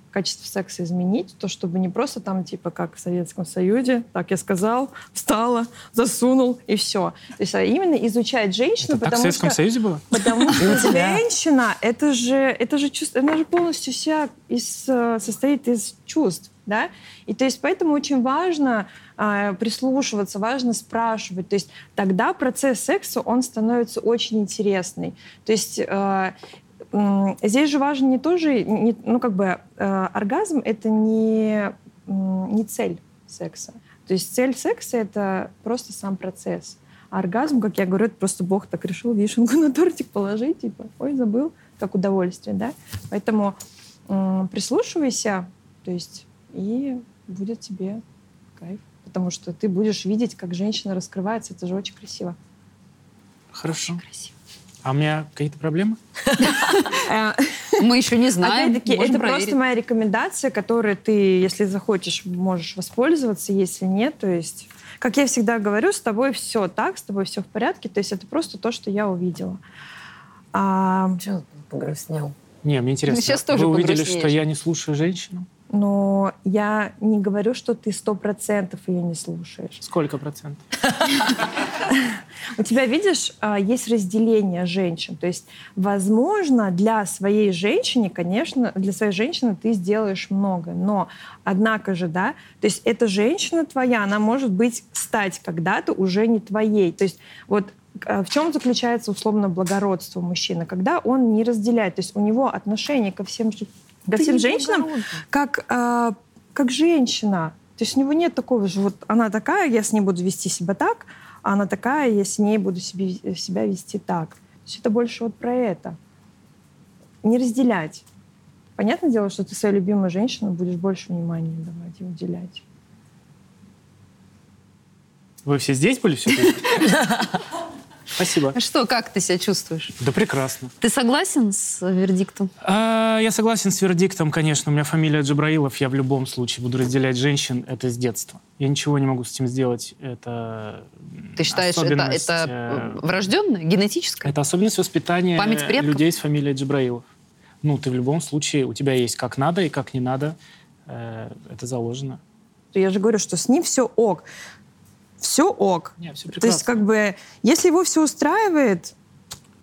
S5: качество секса изменить, то чтобы не просто там, типа, как в Советском Союзе, так я сказал, встала, засунул и все. То есть, а именно изучать женщину,
S2: Это так в
S5: потому
S2: Советском
S5: что...
S2: Союзе было?
S5: Потому что
S3: Да.
S5: женщина, это же, это же чувство, она же полностью вся из, э, состоит из чувств, да? И то есть поэтому очень важно э, прислушиваться, важно спрашивать. То есть тогда процесс секса, он становится очень интересный. То есть э, м, здесь же важно не тоже, не- ну как бы э, оргазм это не, м, не цель секса. То есть цель секса это просто сам процесс. А оргазм, как я говорю, это просто Бог так решил вишенку на тортик положить, типа, ой, забыл, как удовольствие, да? Поэтому м, прислушивайся, то есть, и будет тебе кайф. Потому что ты будешь видеть, как женщина раскрывается, это же очень красиво.
S2: Хорошо. А у меня какие-то проблемы?
S5: Э,
S1: Мы еще не знаем.
S5: Опять-таки,
S1: можем
S5: это
S1: проверить.
S5: просто моя рекомендация, которой ты, если захочешь, можешь воспользоваться, если нет, то есть... Как я всегда говорю, с тобой все так, с тобой все в порядке. То есть это просто то, что я увидела. А,
S3: Чё ты погрустнел?
S2: Не, мне интересно.
S1: Ну, сейчас тоже
S2: Вы увидели,
S1: погрустнеешь.
S2: что я не слушаю женщину?
S5: но я не говорю, что ты сто процентов ее не слушаешь.
S2: Сколько процентов?
S5: У тебя, видишь, а, есть разделение женщин. То есть, возможно, для своей женщины, конечно, для своей женщины ты сделаешь много, но однако же, да, то есть эта женщина твоя, она может быть стать когда-то уже не твоей. То есть вот э, в чем заключается условно благородство мужчины, когда он не разделяет, то есть у него отношение ко всем, ж- ко всем женщинам как, э, как женщина. То есть у него нет такого же, вот она такая, я с ней буду вести себя так, а она такая, я с ней буду себе, э, себя вести так. То есть это больше вот про это. Не разделять. Понятное дело, что ты своей любимой женщине будешь больше внимания давать и уделять.
S2: Вы все здесь были все? *laughs* Спасибо.
S1: Что, как ты себя чувствуешь?
S2: Да прекрасно.
S1: Ты согласен с вердиктом?
S2: А, Я согласен с вердиктом, конечно. У меня фамилия Джабраилов. Я в любом случае буду разделять женщин. Это с детства. Я ничего не могу с этим сделать. Это м,
S1: Ты считаешь, это,
S2: особенность,
S1: это
S2: э,
S1: врожденное, генетическое?
S2: Это особенность воспитания
S1: Память предков?
S2: людей с фамилией Джабраилов. Ну, ты в любом случае, у тебя есть как надо и как не надо. Э, Это заложено.
S5: Я же говорю, что с ним все ок. Все ок.
S2: Не, все
S5: То есть как бы, если его все устраивает,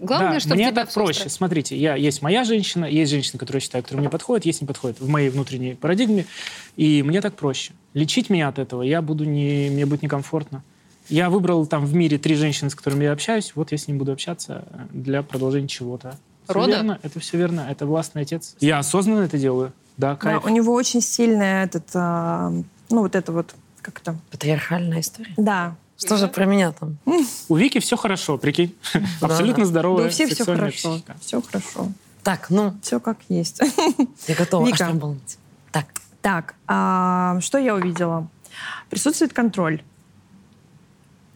S1: Главное,
S2: Э, Да,
S1: чтобы
S2: мне
S1: тебя
S2: так
S1: всё
S2: проще.
S1: устраивало.
S2: Смотрите, я, есть моя женщина, есть женщина, которую я считаю, которая мне подходит, есть не подходит в моей внутренней парадигме, и мне так проще. Лечить меня от этого я буду не, мне будет некомфортно. Я выбрал там в мире три женщины, с которыми я общаюсь, вот я с ними буду общаться э, для продолжения чего-то. Всё
S1: Рода?
S2: верно, это все верно, это властный отец. Я осознанно это делаю, да,
S5: да,
S2: кайф.
S5: у него очень сильная этот, а, ну вот это вот, как там,
S3: Патриархальная история.
S5: да,
S3: Что же про меня там?
S2: У Вики все хорошо, прикинь.
S3: Да,
S2: Абсолютно
S3: да.
S2: здоровая
S5: Да у всех все
S2: сексуальная
S5: хорошо.
S2: психика.
S5: Все хорошо.
S3: Так, ну,
S5: Все как есть.
S3: я готова.
S5: Вика.
S3: А что было? Так,
S5: Так, а, что я увидела? Присутствует контроль.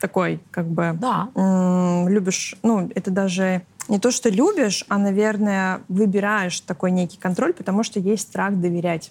S5: Такой, как бы,
S3: да.
S5: м, любишь, ну, это даже не то, что любишь, а, наверное, выбираешь такой некий контроль, потому что есть страх доверять.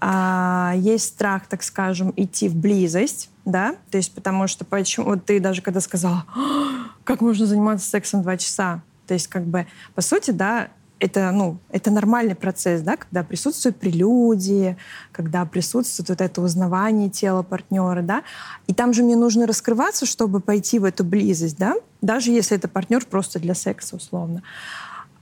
S5: А, есть страх, так скажем, идти в близость, да, то есть потому что почему... Вот ты даже когда сказала, «А, как можно заниматься сексом два часа, то есть как бы, по сути, да, это, ну, это нормальный процесс, да, когда присутствуют прелюдии, когда присутствует вот это узнавание тела партнера, да, и там же мне нужно раскрываться, чтобы пойти в эту близость, да, даже если это партнер просто для секса, условно.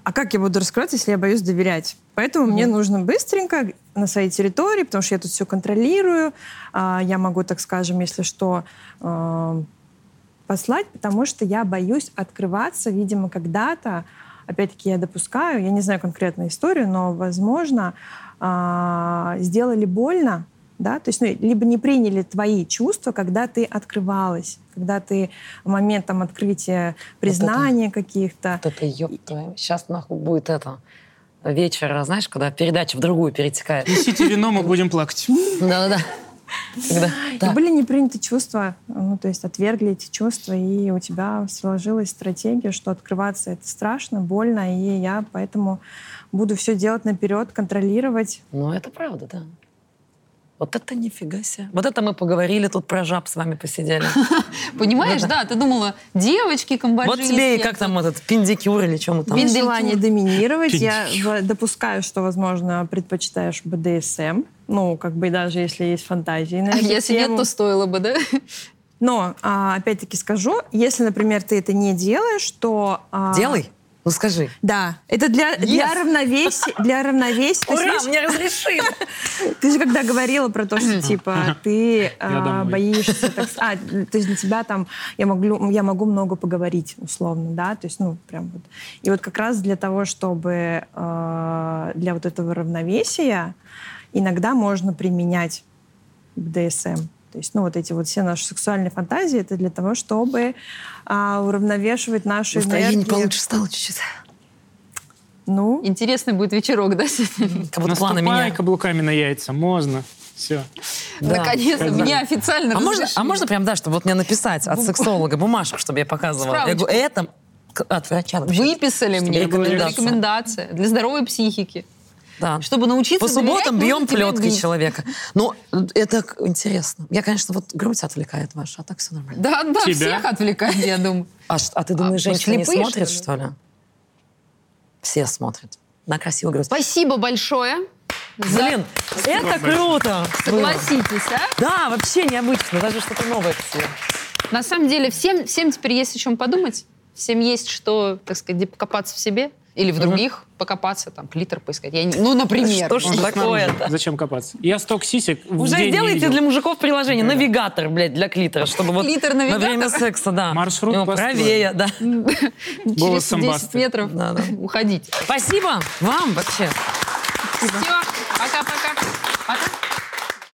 S5: А как я буду раскрываться, если я боюсь доверять? Поэтому мне нужно быстренько на своей территории, потому что я тут все контролирую, а, я могу, так скажем, если что, э, послать, потому что я боюсь открываться, видимо, когда-то, опять-таки я допускаю, я не знаю конкретную историю, но, возможно, а, сделали больно, да, то есть ну, либо не приняли твои чувства, когда ты открывалась, когда ты моментом открытия признания каких-то.
S3: Вот это ёб твою. Сейчас нахуй будет это вечер, знаешь, когда передача в другую перетекает.
S2: Несите вино, мы будем плакать.
S3: Да-да-да. Когда- да.
S5: И были не приняты чувства, ну, то есть отвергли эти чувства, и у тебя сложилась стратегия, что открываться это страшно, больно, и я поэтому буду все делать наперед, контролировать.
S3: Ну, это правда, да. Вот это нифига себе. Вот это мы поговорили, тут про жаб с вами посидели.
S1: Понимаешь,
S2: Ну
S1: да, ты думала, девочки, комбаджи.
S3: Вот тебе и как там этот пиндикюр или чему там.
S5: Без
S1: Пиндельтюр.
S5: желания доминировать, я в- допускаю, что, возможно, предпочитаешь БДСМ, ну, как бы даже если есть фантазии
S3: А
S5: на эту
S1: *laughs* Если нет,
S5: тему.
S1: то стоило бы, да?
S5: Но, а, опять-таки скажу, если, например, ты это не делаешь, то... а,
S3: Делай. Ну скажи.
S5: Да, это для, для
S3: Yes.
S5: равновесия. Для равновесия. Ты знаешь,
S3: мне разрешили.
S5: Ты же когда говорила про то, что типа ты а,
S2: домой.
S5: боишься, так с- а, то есть для тебя там я могу, я могу много поговорить условно, да, то есть ну прям вот. И вот как раз для того, чтобы э, для вот этого равновесия иногда можно применять БДСМ. То есть, ну, вот эти вот все наши сексуальные фантазии, это для того, чтобы а, уравновешивать наши
S3: Настроение
S5: энергии.
S3: получше стало чуть-чуть.
S5: Ну,
S1: Интересный будет вечерок, да, сегодня?
S3: Как будто планы
S2: Наступай
S3: меня.
S2: каблуками на яйца, можно. Все.
S3: *laughs* Да.
S1: Наконец-то
S2: Конечно.
S1: мне официально
S3: А можно, а
S1: разрешили.
S3: можно прям, да, чтобы вот мне написать от сексолога бумажку, чтобы я показывала? Я
S1: Справочку.
S3: говорю, это к- от врача вообще.
S1: Выписали
S3: Чтобы
S1: мне рекомендация.
S3: рекомендация.
S1: рекомендация для здоровой психики.
S3: Да.
S1: Чтобы научиться
S3: По субботам
S1: доверять,
S3: бьем
S1: нужно тебя
S3: плеткой
S1: бить.
S3: человека. Но Ну, это к- интересно. Я, конечно, вот грудь отвлекает ваша, а так все нормально.
S1: Да, да,
S2: Тебя?
S1: всех отвлекает, я думаю.
S3: А, ш- а ты думаешь,
S1: мы
S3: женщины не
S1: слепые,
S3: смотрят,
S1: что ли?
S3: что ли? Все смотрят. На красивую грудь.
S1: Спасибо большое. за-
S3: Блин, это круто!
S1: Согласитесь, а?
S3: Да, вообще необычно, даже что-то новое. красиво.
S1: На самом деле, всем, всем теперь есть о чем подумать. Всем есть что, так сказать, где покопаться в себе. Или в других покопаться, там, клитор поискать. Я не- Ну, например.
S3: Что ж
S2: Он же
S3: такое-то?
S2: снаружи. Зачем копаться? Я сток сисек в
S3: Уже
S2: день не
S3: сделайте
S2: видел.
S3: для мужиков приложение, навигатор, блядь, для клитора, чтобы вот
S1: Клитор-навигатор?
S3: во время секса, да.
S2: Маршрут
S3: Его
S2: построен.
S3: правее, да.
S1: *laughs* Через
S2: Голосом
S1: 10
S2: Басты.
S1: метров
S3: Да, да.
S1: уходите.
S3: Спасибо вам вообще.
S1: Все, пока-пока.